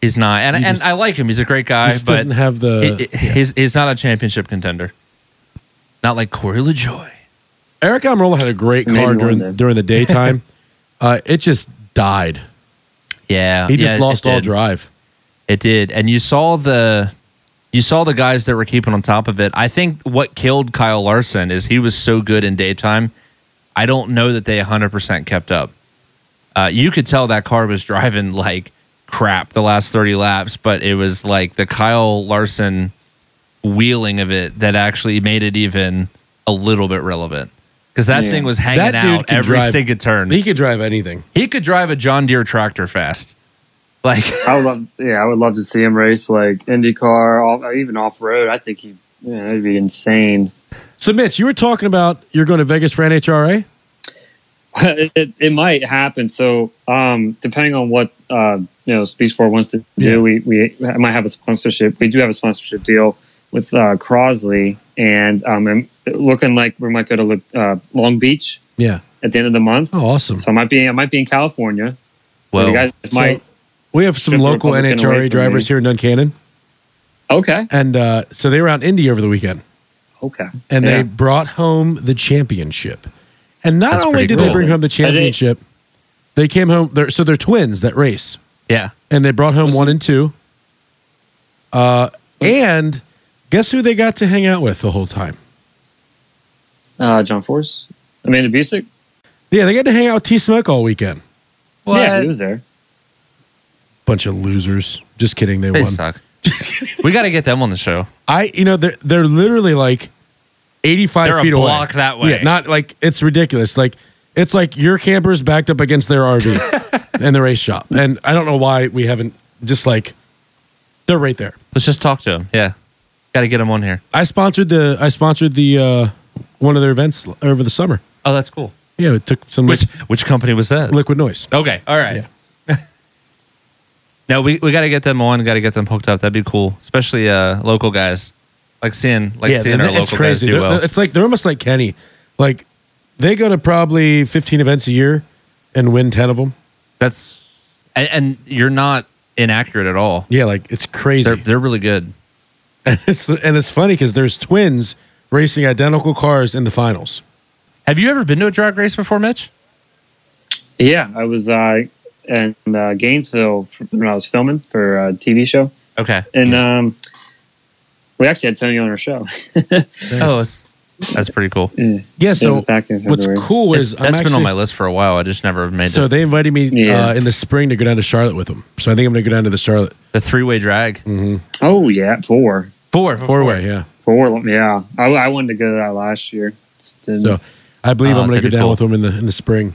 Speaker 4: He's not, and
Speaker 1: He
Speaker 4: and
Speaker 1: just-
Speaker 4: I like him. He's a great
Speaker 1: He
Speaker 4: guy,
Speaker 1: just uh,
Speaker 4: but
Speaker 1: doesn't have
Speaker 4: he-
Speaker 1: the.
Speaker 4: he- he's he's not a championship contender. Not like Corey LaJoy.
Speaker 1: Eric Almirola had a great
Speaker 2: Maybe
Speaker 1: car
Speaker 2: one
Speaker 1: during
Speaker 2: day.
Speaker 1: during the
Speaker 4: <laughs>
Speaker 1: daytime. uh, it just died.
Speaker 4: Yeah,
Speaker 1: He just
Speaker 4: yeah, it
Speaker 1: lost all
Speaker 4: did.
Speaker 1: drive.
Speaker 4: It did, and you saw the you saw the guys that were keeping on top of it. I think what killed Kyle Larson is he was so good in daytime. I don't know that they 100 percent kept up. Uh, you could tell that car was <laughs> driving like crap the last 30 laps, but it was like the Kyle Larson wheeling of it that actually made it even a little bit relevant because that
Speaker 2: Yeah.
Speaker 4: thing was hanging
Speaker 1: That dude
Speaker 4: out
Speaker 1: can
Speaker 4: every
Speaker 1: drive-
Speaker 4: single turn.
Speaker 1: He could drive anything.
Speaker 4: he could drive a John Deere tractor fast, like.
Speaker 2: I would love. Yeah, I would love to see him race like IndyCar, all, even off road. I think he. Yeah, that'd be <laughs> insane.
Speaker 1: So, Mitch, you were talking about you're going to Vegas for NHRA.
Speaker 2: it, it might happen. So, um, depending on what uh, you know Speed Sport wants to do.
Speaker 1: Yeah.
Speaker 2: We we might have a sponsorship. We do have a sponsorship deal with uh, Crosley, and um, and looking like we might go to look, uh, Long Beach
Speaker 1: Yeah.
Speaker 2: at the end of the month.
Speaker 1: Oh, awesome.
Speaker 2: So I might be I might be in California. So
Speaker 4: Well,
Speaker 2: you guys
Speaker 1: so-
Speaker 2: might
Speaker 1: We have some
Speaker 2: Took the
Speaker 1: local
Speaker 2: Republican away
Speaker 1: NHRA
Speaker 2: from
Speaker 1: drivers
Speaker 2: me.
Speaker 1: here in Duncannon,
Speaker 2: okay
Speaker 1: and uh, so they were out in Indy over the weekend,
Speaker 2: okay
Speaker 1: and
Speaker 2: Yeah.
Speaker 1: they brought home the championship. And not
Speaker 4: That's
Speaker 1: only
Speaker 4: pretty
Speaker 1: did they
Speaker 4: cool.
Speaker 1: bring home the
Speaker 2: they-
Speaker 1: championship, they came home. They're, so they're twins that race.
Speaker 4: yeah.
Speaker 1: and they brought home
Speaker 2: Listen.
Speaker 1: one and two. Uh, and guess who they got to hang out with the whole time?
Speaker 2: uh, John Force Amanda Busick
Speaker 1: Yeah, they got to hang out with T Smoke all weekend.
Speaker 2: yeah he was there
Speaker 1: Bunch of losers. Just kidding, they
Speaker 4: They
Speaker 1: won.
Speaker 4: <laughs> suck. we got to get them on the show.
Speaker 1: I, you know, they're they're literally like eighty
Speaker 4: They're
Speaker 1: five
Speaker 4: a
Speaker 1: feet away.
Speaker 4: block that way.
Speaker 1: Yeah, not like it's ridiculous. Like it's like your camper's backed up against their
Speaker 4: <laughs>
Speaker 1: RV and the race shop. And I don't know why we haven't just like they're right there.
Speaker 4: Let's just talk to him. Yeah, got to get him on here.
Speaker 1: I sponsored the I sponsored the uh, one of their events over the summer.
Speaker 4: Oh, that's cool.
Speaker 1: Yeah, it took some
Speaker 4: Which which company was that?
Speaker 1: liquid noise.
Speaker 4: Okay, all right.
Speaker 1: Yeah.
Speaker 4: <laughs> no, we, we got to get them on. Got to get them hooked up. That'd be cool, especially uh, local guys. Like seeing like seeing
Speaker 1: and
Speaker 4: our
Speaker 1: that-
Speaker 4: local guys do
Speaker 1: They're-
Speaker 4: well.
Speaker 1: It's like they're almost like Kenny. Like they go to probably 15 events a year and win 10 of them.
Speaker 4: That's and, and you're not inaccurate at all.
Speaker 1: Yeah, like it's crazy.
Speaker 4: They're they're really good.
Speaker 1: and, <laughs> it's, and it's funny because there's twins racing identical cars in the finals.
Speaker 4: Have you ever been to a drag race before, Mitch?
Speaker 2: yeah I was uh, in uh, Gainesville for, when I was filming for a TV show
Speaker 4: Okay.
Speaker 2: and um, we actually had Tony on our show <laughs>
Speaker 4: Oh, it's, that's pretty cool.
Speaker 1: Yeah,
Speaker 2: it was
Speaker 1: so
Speaker 2: back in
Speaker 1: what's
Speaker 2: February.
Speaker 1: cool is
Speaker 4: It's, that's
Speaker 1: I'm
Speaker 4: been on
Speaker 1: actually-
Speaker 4: my list for a while. I just never have made
Speaker 1: so
Speaker 4: it.
Speaker 1: they invited me
Speaker 2: Yeah.
Speaker 1: uh, in the spring to go down to Charlotte with them. So I think I'm going to go down to the Charlotte Mm-hmm.
Speaker 4: The three way drag.
Speaker 2: Oh yeah, four,
Speaker 4: Four.
Speaker 1: Oh, four way. Yeah.
Speaker 2: four. Yeah, I, I wanted to go to that last year. Just didn't.
Speaker 1: So I believe
Speaker 4: Oh,
Speaker 1: I'm going to
Speaker 4: that'd
Speaker 1: go
Speaker 4: be
Speaker 1: down
Speaker 4: cool.
Speaker 1: with them in the in the spring.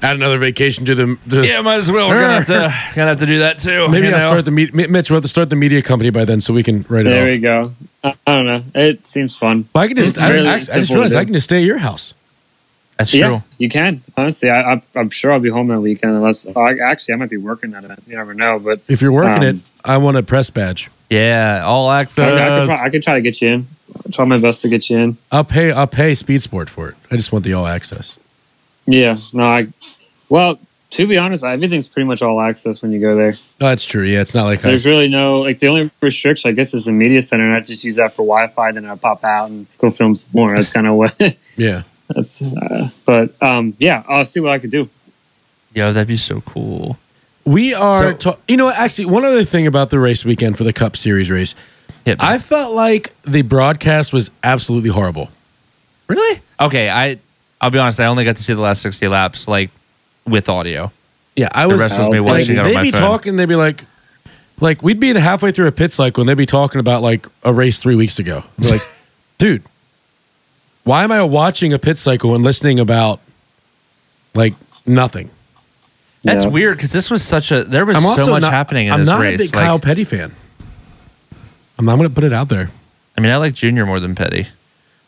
Speaker 1: Add another vacation to the, the
Speaker 4: Yeah, might as well. We're gonna have to <laughs> gonna have to do that too.
Speaker 1: Maybe
Speaker 4: you
Speaker 1: I'll
Speaker 4: know?
Speaker 1: start the media. Mitch, we'll have to start the media company by then, so we can write it
Speaker 2: there
Speaker 1: off.
Speaker 2: we go. I, I don't know. It seems fun.
Speaker 1: But I can just,
Speaker 2: It's
Speaker 1: I,
Speaker 2: really
Speaker 1: I, I just
Speaker 2: simple to
Speaker 1: realized
Speaker 2: do.
Speaker 1: I can just stay at your house.
Speaker 4: That's true.
Speaker 2: Yeah, you can. Honestly, I, I, I'm sure I'll be home that weekend. Unless I, actually, I might be working that event. You never know. But
Speaker 1: If you're working
Speaker 2: Um,
Speaker 1: it, I want a press badge.
Speaker 4: Yeah, all
Speaker 2: I, I, could,
Speaker 4: access.
Speaker 2: pro- I could try to get you in. I'll try my best to get you in.
Speaker 1: I'll pay. I'll pay Speed Sport for it. I just want the all access.
Speaker 2: Yeah. No. I. Well, to be honest, everything's pretty much all access when you go there.
Speaker 1: Oh, that's true. Yeah, it's not like I,
Speaker 2: There's really no like the only restriction I guess is the media center, and I just use that for Wi-Fi. Then I pop out and go film some more. That's kind of what. <laughs>
Speaker 1: yeah.
Speaker 2: That's. Uh, but um, yeah, I'll see what I could do.
Speaker 4: Yo, that'd be so cool.
Speaker 1: We are.
Speaker 4: So-
Speaker 1: ta- you know, what? actually, one other thing about the race weekend for the Cup Series race,
Speaker 4: Hit me.
Speaker 1: I felt like the broadcast was absolutely horrible.
Speaker 4: really okay. I I'll be honest. I only got to see the last sixty laps, like with audio.
Speaker 1: Yeah, I
Speaker 4: The
Speaker 1: was.
Speaker 4: rest was me
Speaker 2: like,
Speaker 4: watching it
Speaker 1: like,
Speaker 4: on
Speaker 1: they'd
Speaker 4: my
Speaker 1: be
Speaker 4: phone.
Speaker 1: talking. They'd be like, like we'd be the halfway through a pit cycle, and they'd be talking about like a race three weeks ago. I'd be
Speaker 4: <laughs>
Speaker 1: like, dude, why am I watching a pit cycle and listening about like nothing?
Speaker 4: That's
Speaker 2: Yeah.
Speaker 4: weird because this was such a there was
Speaker 1: I'm also
Speaker 4: so much
Speaker 1: not,
Speaker 4: happening in
Speaker 1: I'm
Speaker 4: this
Speaker 1: not
Speaker 4: race.
Speaker 1: a big
Speaker 4: like,
Speaker 1: Kyle Petty fan. I'm not going to put it out there.
Speaker 4: I mean, I like Junior more than Petty.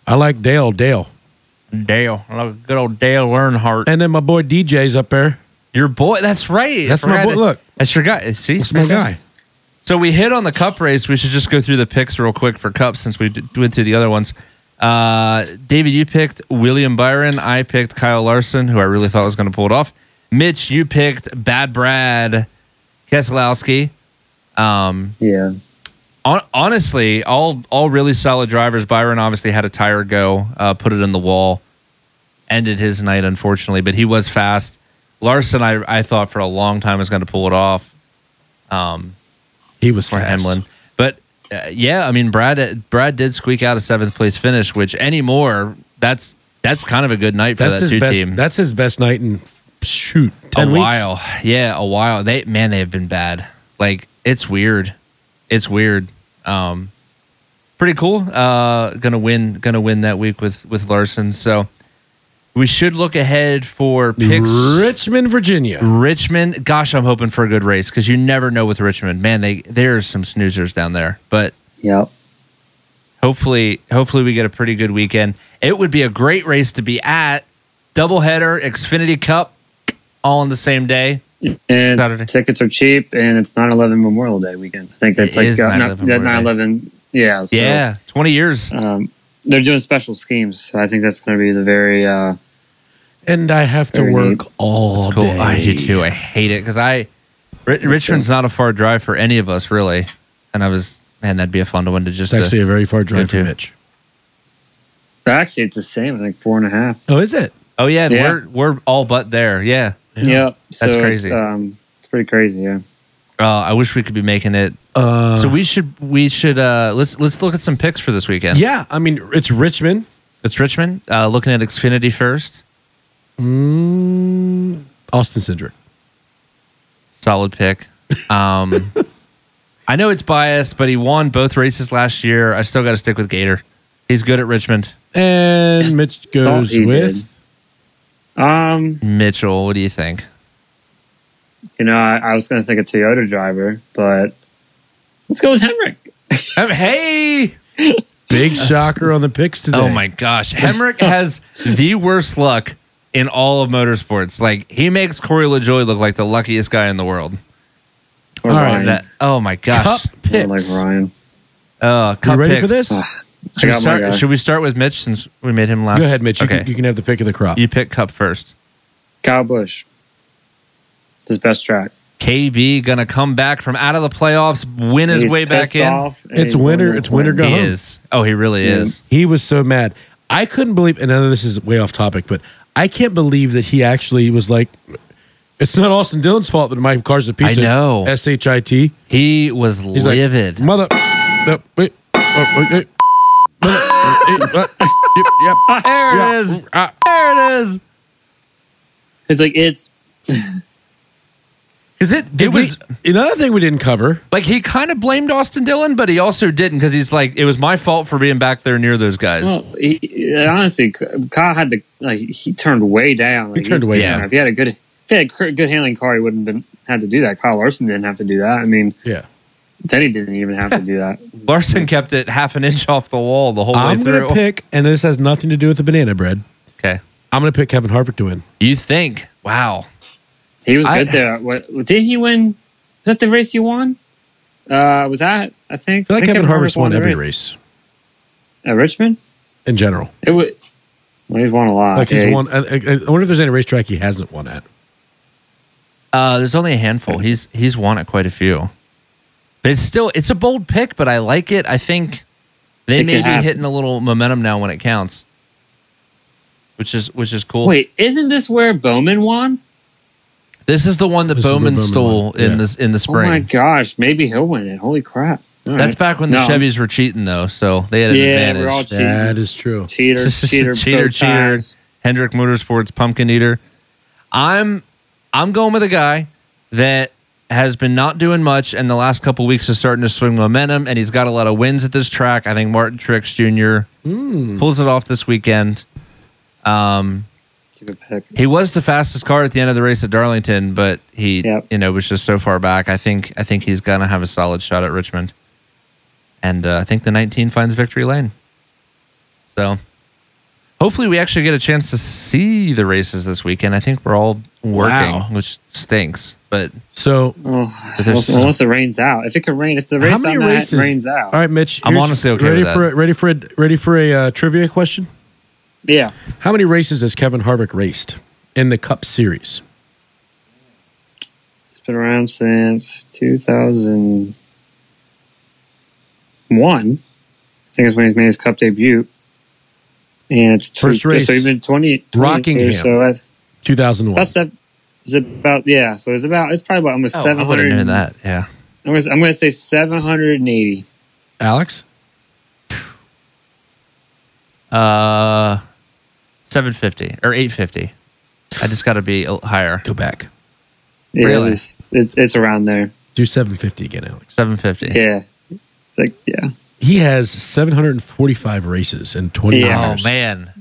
Speaker 1: I like Dale, Dale,
Speaker 4: Dale, I love good old Dale Earnhardt.
Speaker 1: and then my boy DJ's up there.
Speaker 4: Your boy. That's right. I
Speaker 1: That's my
Speaker 4: forgot
Speaker 1: boy.
Speaker 4: it.
Speaker 1: Look,
Speaker 4: That's your guy. See,
Speaker 1: that's my guy.
Speaker 4: So we hit on the cup race. We should just go through the picks real quick for cups since we d- went through the other ones. Uh, David, you picked William Byron. I picked Kyle Larson, who I really thought was going to pull it off. Mitch, you picked Bad Brad Keselowski. Um,
Speaker 2: Yeah.
Speaker 4: hon- honestly, all all really solid drivers. Byron obviously had a tire go, uh, put it in the wall, ended his night unfortunately, but he was fast. Larson, I I thought for a long time was going to pull it off. Um,
Speaker 1: He was
Speaker 4: for
Speaker 1: fast.
Speaker 4: Hemlin. But uh, yeah, I mean Brad Brad did squeak out a seventh place finish, which anymore that's that's kind of a good night for
Speaker 1: That's
Speaker 4: that two
Speaker 1: his best.
Speaker 4: team.
Speaker 1: That's his best night in shoot
Speaker 4: a
Speaker 1: ten weeks.
Speaker 4: while, yeah, a while. They man, they have been bad. Like it's weird, it's weird. Um, pretty cool. Uh, gonna win, gonna win that week with with Larson. So we should look ahead for picks.
Speaker 1: Richmond, Virginia.
Speaker 4: Richmond, gosh, I'm hoping for a good race because you never know with Richmond. Man, they there's some snoozers down there, but
Speaker 2: Yeah.
Speaker 4: hopefully hopefully we get a pretty good weekend it would be a great race to be at doubleheader xfinity cup all on the same day
Speaker 2: and
Speaker 4: Saturday.
Speaker 2: tickets are cheap, and it's 9/11 Memorial Day weekend. I think that's
Speaker 4: It
Speaker 2: like
Speaker 4: is
Speaker 2: uh,
Speaker 4: 9/11
Speaker 2: that
Speaker 4: Memorial
Speaker 2: 9/11. Yeah, so,
Speaker 4: yeah, twenty years.
Speaker 2: Um, they're doing special schemes, so I think that's going to be the very. Uh,
Speaker 1: And I have to
Speaker 2: Very
Speaker 1: work all
Speaker 4: That's cool.
Speaker 1: day.
Speaker 4: I do too. I hate it because I Ri- Richmond's not a far drive for any of us really, and I was man, that'd be a fun one to just
Speaker 1: It's actually a very far
Speaker 4: Me
Speaker 1: drive
Speaker 4: too.
Speaker 1: from Mitch.
Speaker 2: actually, it's the same. I think four and a half.
Speaker 1: Oh, is it?
Speaker 4: Oh yeah,
Speaker 2: Yeah.
Speaker 4: we're we're all but there. Yeah.
Speaker 1: Yeah.
Speaker 2: Yep. So it's,
Speaker 4: crazy.
Speaker 2: um, it's pretty crazy. Yeah.
Speaker 4: Uh, I wish we could be making it.
Speaker 1: Uh,
Speaker 4: so we should we should uh, let's let's look at some picks for this weekend.
Speaker 1: yeah, I mean it's Richmond.
Speaker 4: It's Richmond. Uh, looking at Xfinity first.
Speaker 1: Mm, Austin Cindric.
Speaker 4: Solid pick. Um, <laughs> I know it's biased, but he won both races last year. I still got to stick with Gator. He's good at Richmond.
Speaker 1: And
Speaker 2: Yes,
Speaker 1: Mitch
Speaker 2: that's all
Speaker 1: goes
Speaker 2: he
Speaker 1: with
Speaker 2: Um,
Speaker 4: Mitchell, what do you think?
Speaker 2: you know, I, I was going to think a Toyota driver, but let's go with Henrik.
Speaker 4: Um, hey,
Speaker 1: big shocker on the picks today.
Speaker 4: <laughs> Oh my gosh. Hemrick has the worst luck in all of motorsports. Like he makes Corey LaJoy look like the luckiest guy in the world.
Speaker 2: Or
Speaker 1: All right,
Speaker 2: Ryan.
Speaker 4: That- oh my
Speaker 1: Cup
Speaker 4: gosh.
Speaker 2: Or
Speaker 1: picks.
Speaker 2: like Ryan.
Speaker 4: Uh,
Speaker 1: you
Speaker 4: cup
Speaker 1: ready for
Speaker 4: picks.
Speaker 1: this?
Speaker 2: I
Speaker 4: Should we,
Speaker 2: got my guy.
Speaker 4: start, should we start with Mitch since we made him last?
Speaker 1: Go ahead, Mitch. You,
Speaker 4: okay.
Speaker 1: can, you can have the pick of the crop.
Speaker 4: You pick Cup first.
Speaker 2: Kyle Bush. It's his best track.
Speaker 4: KB gonna come back from out of the playoffs, win his
Speaker 2: He's
Speaker 4: way back
Speaker 2: pissed
Speaker 4: in.
Speaker 2: off, and
Speaker 1: It's
Speaker 2: he's
Speaker 1: winter-
Speaker 2: going to
Speaker 1: it's winter
Speaker 2: win.
Speaker 1: go
Speaker 4: He
Speaker 1: home.
Speaker 4: is. Oh, he really
Speaker 2: Yeah.
Speaker 4: is.
Speaker 1: He was so mad. I couldn't believe, and I know this is way off topic, but I can't believe that he actually was like, "It's not Austin Dillon's fault that my car's a piece
Speaker 4: I know.
Speaker 1: of S H I T."
Speaker 4: He was
Speaker 1: He's like, "Mm,
Speaker 4: livid.
Speaker 1: Mother, no, wait, oh, wait, wait. Mother- eh, what? Yep, yep.
Speaker 4: there
Speaker 1: Yeah.
Speaker 4: it is.
Speaker 1: Ah.
Speaker 4: There it is.
Speaker 2: It's like it's
Speaker 4: Is it?
Speaker 1: Did
Speaker 4: It was.
Speaker 1: we, another thing we didn't cover.
Speaker 4: Like he kind of blamed Austin Dillon, but he also didn't because he's like, it was my fault for being back there near those guys.
Speaker 2: well, he, he- honestly, Kyle had to like he turned way down. Like,
Speaker 1: turned way
Speaker 4: down.
Speaker 2: If he had a good, if he had a cr- good handling car, he wouldn't have been had to do that. Kyle Larson didn't have to do that. I mean,
Speaker 1: Yeah,
Speaker 2: Denny didn't even have to do that.
Speaker 4: Larson kept it half an inch off the wall the whole
Speaker 1: I'm
Speaker 4: way through.
Speaker 1: gonna pick, and this has nothing to do with the banana bread.
Speaker 4: okay,
Speaker 1: I'm gonna pick Kevin Harvick to win.
Speaker 4: you think? Wow,
Speaker 2: He was
Speaker 4: I-
Speaker 2: good there. What did he win? Was that the race he won? Uh, was that I think?
Speaker 1: I feel like
Speaker 2: think
Speaker 1: Kevin, Harvick's won
Speaker 2: the
Speaker 1: every race
Speaker 2: at Richmond.
Speaker 1: in general.
Speaker 2: It would. Well, he's won a lot.
Speaker 1: Like he's
Speaker 2: Yeah,
Speaker 1: won. I, I- I wonder if there's any racetrack he hasn't won at.
Speaker 4: uh, there's only a handful. He's he's won at quite a few, but it's still it's a bold pick, but I like it. I think they
Speaker 2: It
Speaker 4: may
Speaker 2: can
Speaker 4: be
Speaker 2: happen.
Speaker 4: hitting a little momentum now when it counts, which is which is cool.
Speaker 2: Wait, isn't this where Bowman won?
Speaker 4: this is the one that
Speaker 1: This is the
Speaker 4: Bowman
Speaker 1: Bowman
Speaker 4: stole
Speaker 1: one.
Speaker 4: in
Speaker 1: Yeah.
Speaker 4: this in the
Speaker 2: Oh my
Speaker 4: spring.
Speaker 2: gosh, maybe he'll win it. Holy crap! All
Speaker 4: That's
Speaker 2: right.
Speaker 4: back when
Speaker 2: No.
Speaker 4: the Chevys were cheating though, so they had an
Speaker 2: Yeah,
Speaker 4: advantage.
Speaker 2: we're all cheating.
Speaker 1: That is true. <laughs>
Speaker 2: cheater, cheater,
Speaker 4: Cheater,
Speaker 2: cheater,
Speaker 4: cheater.
Speaker 2: cheater.
Speaker 4: Hendrick Motorsports Pumpkin Eater. I'm I'm going with a guy that has been not doing much and the last couple weeks is starting to swing momentum and he's got a lot of wins at this track. I think Martin Trix Jr.
Speaker 1: Mm.
Speaker 4: pulls it off this weekend. Um,
Speaker 2: Stupid pick.
Speaker 4: he was the fastest car at the end of the race at Darlington, but he
Speaker 2: Yep.
Speaker 4: you know was just so far back. I think I think he's gonna have a solid shot at Richmond. And uh, I think the 19 finds victory lane. So hopefully we actually get a chance to see the races this weekend. I think we're all working,
Speaker 1: Wow.
Speaker 4: which stinks. But
Speaker 1: So,
Speaker 2: Oh,
Speaker 4: But
Speaker 2: unless,
Speaker 4: there's-
Speaker 2: unless it rains out. If it could rain, if the race
Speaker 1: many
Speaker 2: on that
Speaker 1: races-
Speaker 2: rains out,
Speaker 1: all right, Mitch.
Speaker 4: I'm
Speaker 1: here's-
Speaker 4: honestly okay
Speaker 1: Ready
Speaker 4: with
Speaker 1: for a, ready for a, ready for a uh, trivia question?
Speaker 2: yeah,
Speaker 1: How many races has Kevin Harvick raced in the Cup Series?
Speaker 2: it's been around since 2001. I think it's when he's made his cup debut. And it's
Speaker 1: First
Speaker 2: tw-
Speaker 1: race,
Speaker 2: so he's been 20, 20
Speaker 1: Rockingham.
Speaker 2: So that's,
Speaker 1: 2001.
Speaker 2: that's a, it's about yeah. So it's about it's probably about almost
Speaker 4: oh, I
Speaker 2: seven
Speaker 4: would have
Speaker 2: hundred.
Speaker 4: known that. Yeah.
Speaker 2: I'm gonna, I'm gonna say seven hundred and eighty.
Speaker 1: Alex,
Speaker 4: Uh, 750 or 850. I just got to be a- higher.
Speaker 1: go back.
Speaker 2: Yeah,
Speaker 4: Really?
Speaker 2: it's, it, it's around there.
Speaker 1: Do 750 again, Alex.
Speaker 4: 750.
Speaker 2: Yeah, it's like yeah.
Speaker 1: He has 745 races in 20
Speaker 2: Yeah.
Speaker 1: years.
Speaker 4: Oh man.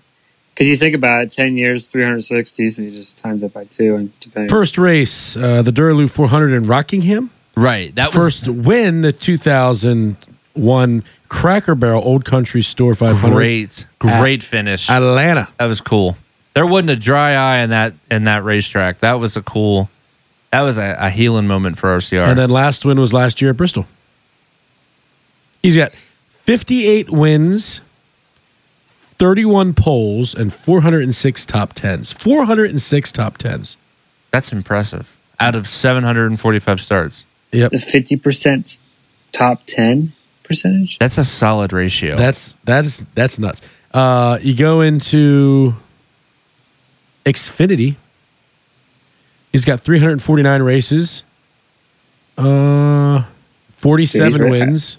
Speaker 2: Because you think about it, 10 years, 360, so you just times it by two. And depending.
Speaker 1: First race, uh, the Duraloo 400 in Rockingham.
Speaker 4: Right. That was
Speaker 1: First win, the 2001 Cracker Barrel Old Country Store 500.
Speaker 4: great, great finish.
Speaker 1: Atlanta.
Speaker 4: that was cool. There wasn't a dry eye in that in that racetrack. That was a cool. That was a, a healing moment for RCR.
Speaker 1: And then last win was last year at Bristol. He's got 58 wins, 31 poles, and 406 top 10s. 406 top 10s.
Speaker 4: That's impressive. Out of 745 starts,
Speaker 1: Yep.
Speaker 2: The fifty percent top ten percentage.
Speaker 4: that's a solid ratio.
Speaker 1: <laughs> That's that's that's nuts. Uh, you go into Xfinity. He's got 349 races, uh, 47
Speaker 2: Dude, he's right
Speaker 1: wins,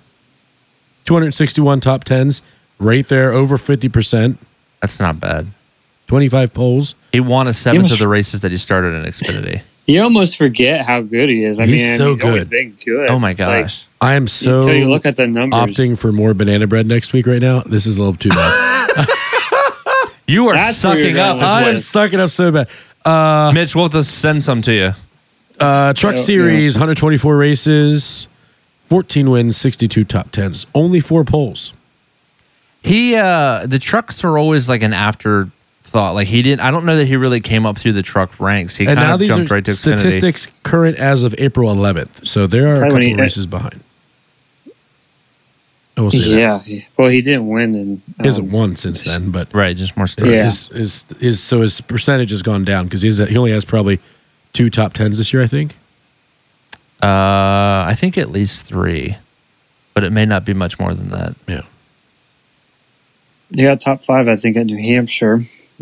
Speaker 1: 261 top 10s, right there over 50%,
Speaker 4: that's not bad.
Speaker 1: 25 poles.
Speaker 4: He won a seventh of the races that he started in Xfinity.
Speaker 2: You almost forget how good he is. I
Speaker 1: He's
Speaker 2: mean,
Speaker 1: so
Speaker 2: he's always
Speaker 1: good.
Speaker 2: been good.
Speaker 4: Oh my
Speaker 2: It's like,
Speaker 4: gosh.
Speaker 1: I am so
Speaker 2: until you look at the numbers,
Speaker 1: opting for more banana bread next week right now. This is a little too
Speaker 2: <laughs>
Speaker 1: bad.
Speaker 4: you are
Speaker 2: That's where
Speaker 4: sucking
Speaker 2: you're
Speaker 4: up.
Speaker 2: going
Speaker 1: I am
Speaker 2: with-
Speaker 1: sucking up so bad. Uh,
Speaker 4: Mitch, we'll have to send some to you.
Speaker 1: Uh, truck
Speaker 2: Yeah,
Speaker 1: Series, 124 races, 14 wins, 62 top 10s, only four poles.
Speaker 4: He uh the trucks were always like an afterthought. Like he didn't I don't know that he really came up through the truck ranks. He
Speaker 1: and
Speaker 4: kind
Speaker 1: now
Speaker 4: of
Speaker 1: these
Speaker 4: jumped
Speaker 1: are
Speaker 4: right to Xfinity.
Speaker 1: statistics current as of April 11th. So there are a
Speaker 2: Probably when
Speaker 1: couple
Speaker 2: he-
Speaker 1: races behind. I will say that.
Speaker 2: yeah. yeah. Well, he didn't win, and
Speaker 1: He hasn't
Speaker 2: um,
Speaker 1: won since then, but
Speaker 4: Right, just more
Speaker 1: but
Speaker 4: statistics.
Speaker 2: Yeah.
Speaker 1: his, his, his, so his percentage has gone down because he only has probably two top 10s this year, I think.
Speaker 4: Uh I think at least three. But it may not be much more than that.
Speaker 2: he got top five, I think, at New Hampshire,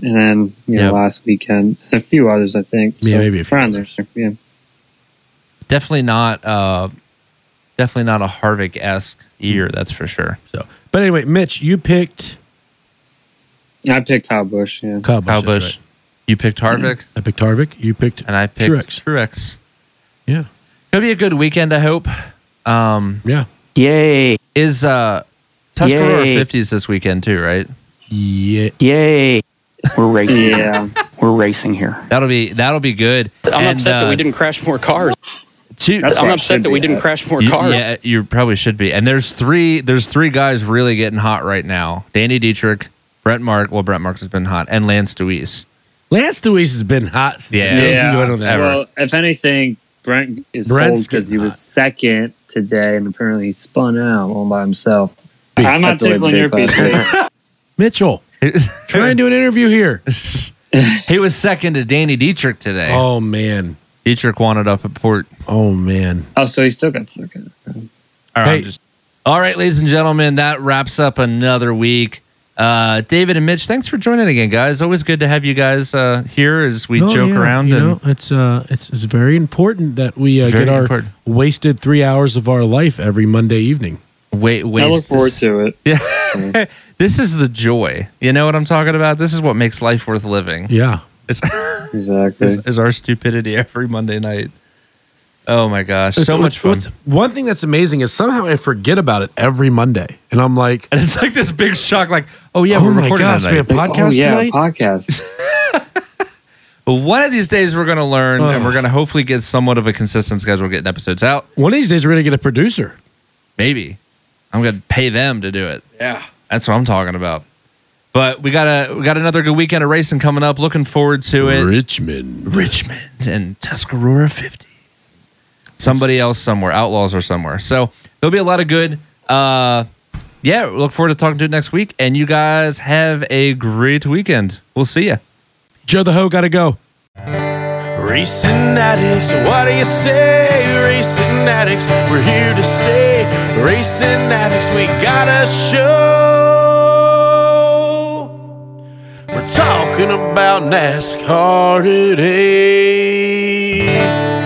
Speaker 2: and then you know
Speaker 4: Yeah.
Speaker 2: last weekend, a few others, I think.
Speaker 1: Yeah, maybe a few
Speaker 2: around there. Yeah.
Speaker 4: Definitely not uh definitely not a Harvick esque year, that's for sure.
Speaker 1: So, But anyway, Mitch, you picked
Speaker 2: I picked Kyle Bush. Yeah.
Speaker 1: Kyle Busch.
Speaker 4: Kyle
Speaker 1: that's
Speaker 4: Busch.
Speaker 1: right. Mm-hmm.
Speaker 4: You picked Harvick
Speaker 1: I picked Harvick. You picked,
Speaker 4: and I picked
Speaker 1: Truex.
Speaker 4: Truex.
Speaker 1: Yeah.
Speaker 4: It'll be a good weekend, I hope. Um
Speaker 1: yeah.
Speaker 5: Yay.
Speaker 4: is uh Tuscarora
Speaker 5: Yay.
Speaker 4: fifties this weekend too, right?
Speaker 1: Yeah.
Speaker 5: Yay. We're racing.
Speaker 2: Yeah.
Speaker 5: We're racing here.
Speaker 4: That'll be that'll be good.
Speaker 6: I'm
Speaker 4: And,
Speaker 6: upset that we
Speaker 4: uh,
Speaker 6: didn't crash more cars.
Speaker 4: two-
Speaker 2: That's
Speaker 6: I'm
Speaker 2: where I
Speaker 6: upset
Speaker 2: should
Speaker 6: that
Speaker 2: be
Speaker 6: we didn't
Speaker 2: at.
Speaker 6: crash more
Speaker 4: You-
Speaker 6: cars.
Speaker 4: Yeah, you probably should be. And there's three there's three guys really getting hot right now. Danny Dietrich, Brett Mark. Well, Brett Marks has been hot, and
Speaker 1: <laughs>
Speaker 4: Lance Deweese.
Speaker 1: Lance Deweese has been hot. Since <laughs>
Speaker 4: Yeah.
Speaker 1: the day he
Speaker 2: Yeah.
Speaker 1: went on that.
Speaker 4: Ever.
Speaker 2: Well, if anything, Brent is
Speaker 1: Brent's
Speaker 2: cold because
Speaker 1: getting
Speaker 2: he was
Speaker 1: hot.
Speaker 2: second today, and apparently he spun out all by himself.
Speaker 1: Big-
Speaker 2: I'm not
Speaker 1: That's the way
Speaker 2: tickling
Speaker 1: to
Speaker 2: your
Speaker 1: do it.
Speaker 2: piece. Dave.
Speaker 1: Mitchell, try and do an interview here.
Speaker 4: he was second to Danny Dietrich today.
Speaker 1: Oh man,
Speaker 4: Dietrich wanted off at port.
Speaker 1: oh man.
Speaker 2: Oh, so he still got second.
Speaker 1: <laughs>
Speaker 4: All right,
Speaker 1: Hey.
Speaker 4: just- all right, ladies and gentlemen, that wraps up another week. Uh, David and Mitch, thanks for joining again, guys. Always good to have you guys uh, here as we
Speaker 1: No,
Speaker 4: joke
Speaker 1: yeah,
Speaker 4: around
Speaker 1: You
Speaker 4: and
Speaker 1: know, it's uh, it's, it's very important that we uh,
Speaker 4: Very
Speaker 1: get our
Speaker 4: important.
Speaker 1: wasted three hours of our life every Monday evening.
Speaker 4: wait, wait.
Speaker 2: I look forward to it.
Speaker 4: Yeah. this is the joy. You know what I'm talking about? This is what makes life worth living.
Speaker 1: Yeah,
Speaker 4: It's,
Speaker 2: Exactly.
Speaker 4: is, is our stupidity every Monday night. Oh my gosh. so
Speaker 1: It's-
Speaker 4: much fun.
Speaker 1: what's- One thing that's amazing is somehow I forget about it every Monday, and I'm like,
Speaker 4: and <laughs> it's like this big shock like, oh yeah,
Speaker 1: oh
Speaker 4: we're
Speaker 1: my
Speaker 4: recording
Speaker 1: gosh, we
Speaker 4: tonight.
Speaker 1: have podcast
Speaker 2: oh yeah,
Speaker 1: tonight.
Speaker 2: podcast.
Speaker 4: But one of these days we're going to learn
Speaker 1: Ugh.
Speaker 4: and we're going to hopefully get somewhat of a consistent schedule getting episodes out.
Speaker 1: One of these days, we're gonna get a producer.
Speaker 4: Maybe. I'm going to pay them to do it.
Speaker 1: Yeah.
Speaker 4: That's what I'm talking about. But we got a we got another good weekend of racing coming up. Looking forward to it.
Speaker 1: Richmond.
Speaker 4: Richmond and Tuscarora 50. Somebody else somewhere, Outlaws or somewhere. So there'll be a lot of good. Uh, yeah, look forward to talking to you next week. And you guys have a great weekend. We'll see you.
Speaker 1: Joe the Ho gotta go.
Speaker 3: Racing addicts, what do you say? Racing addicts, we're here to stay. Racing addicts, we got a show. We're talking about NASCAR today.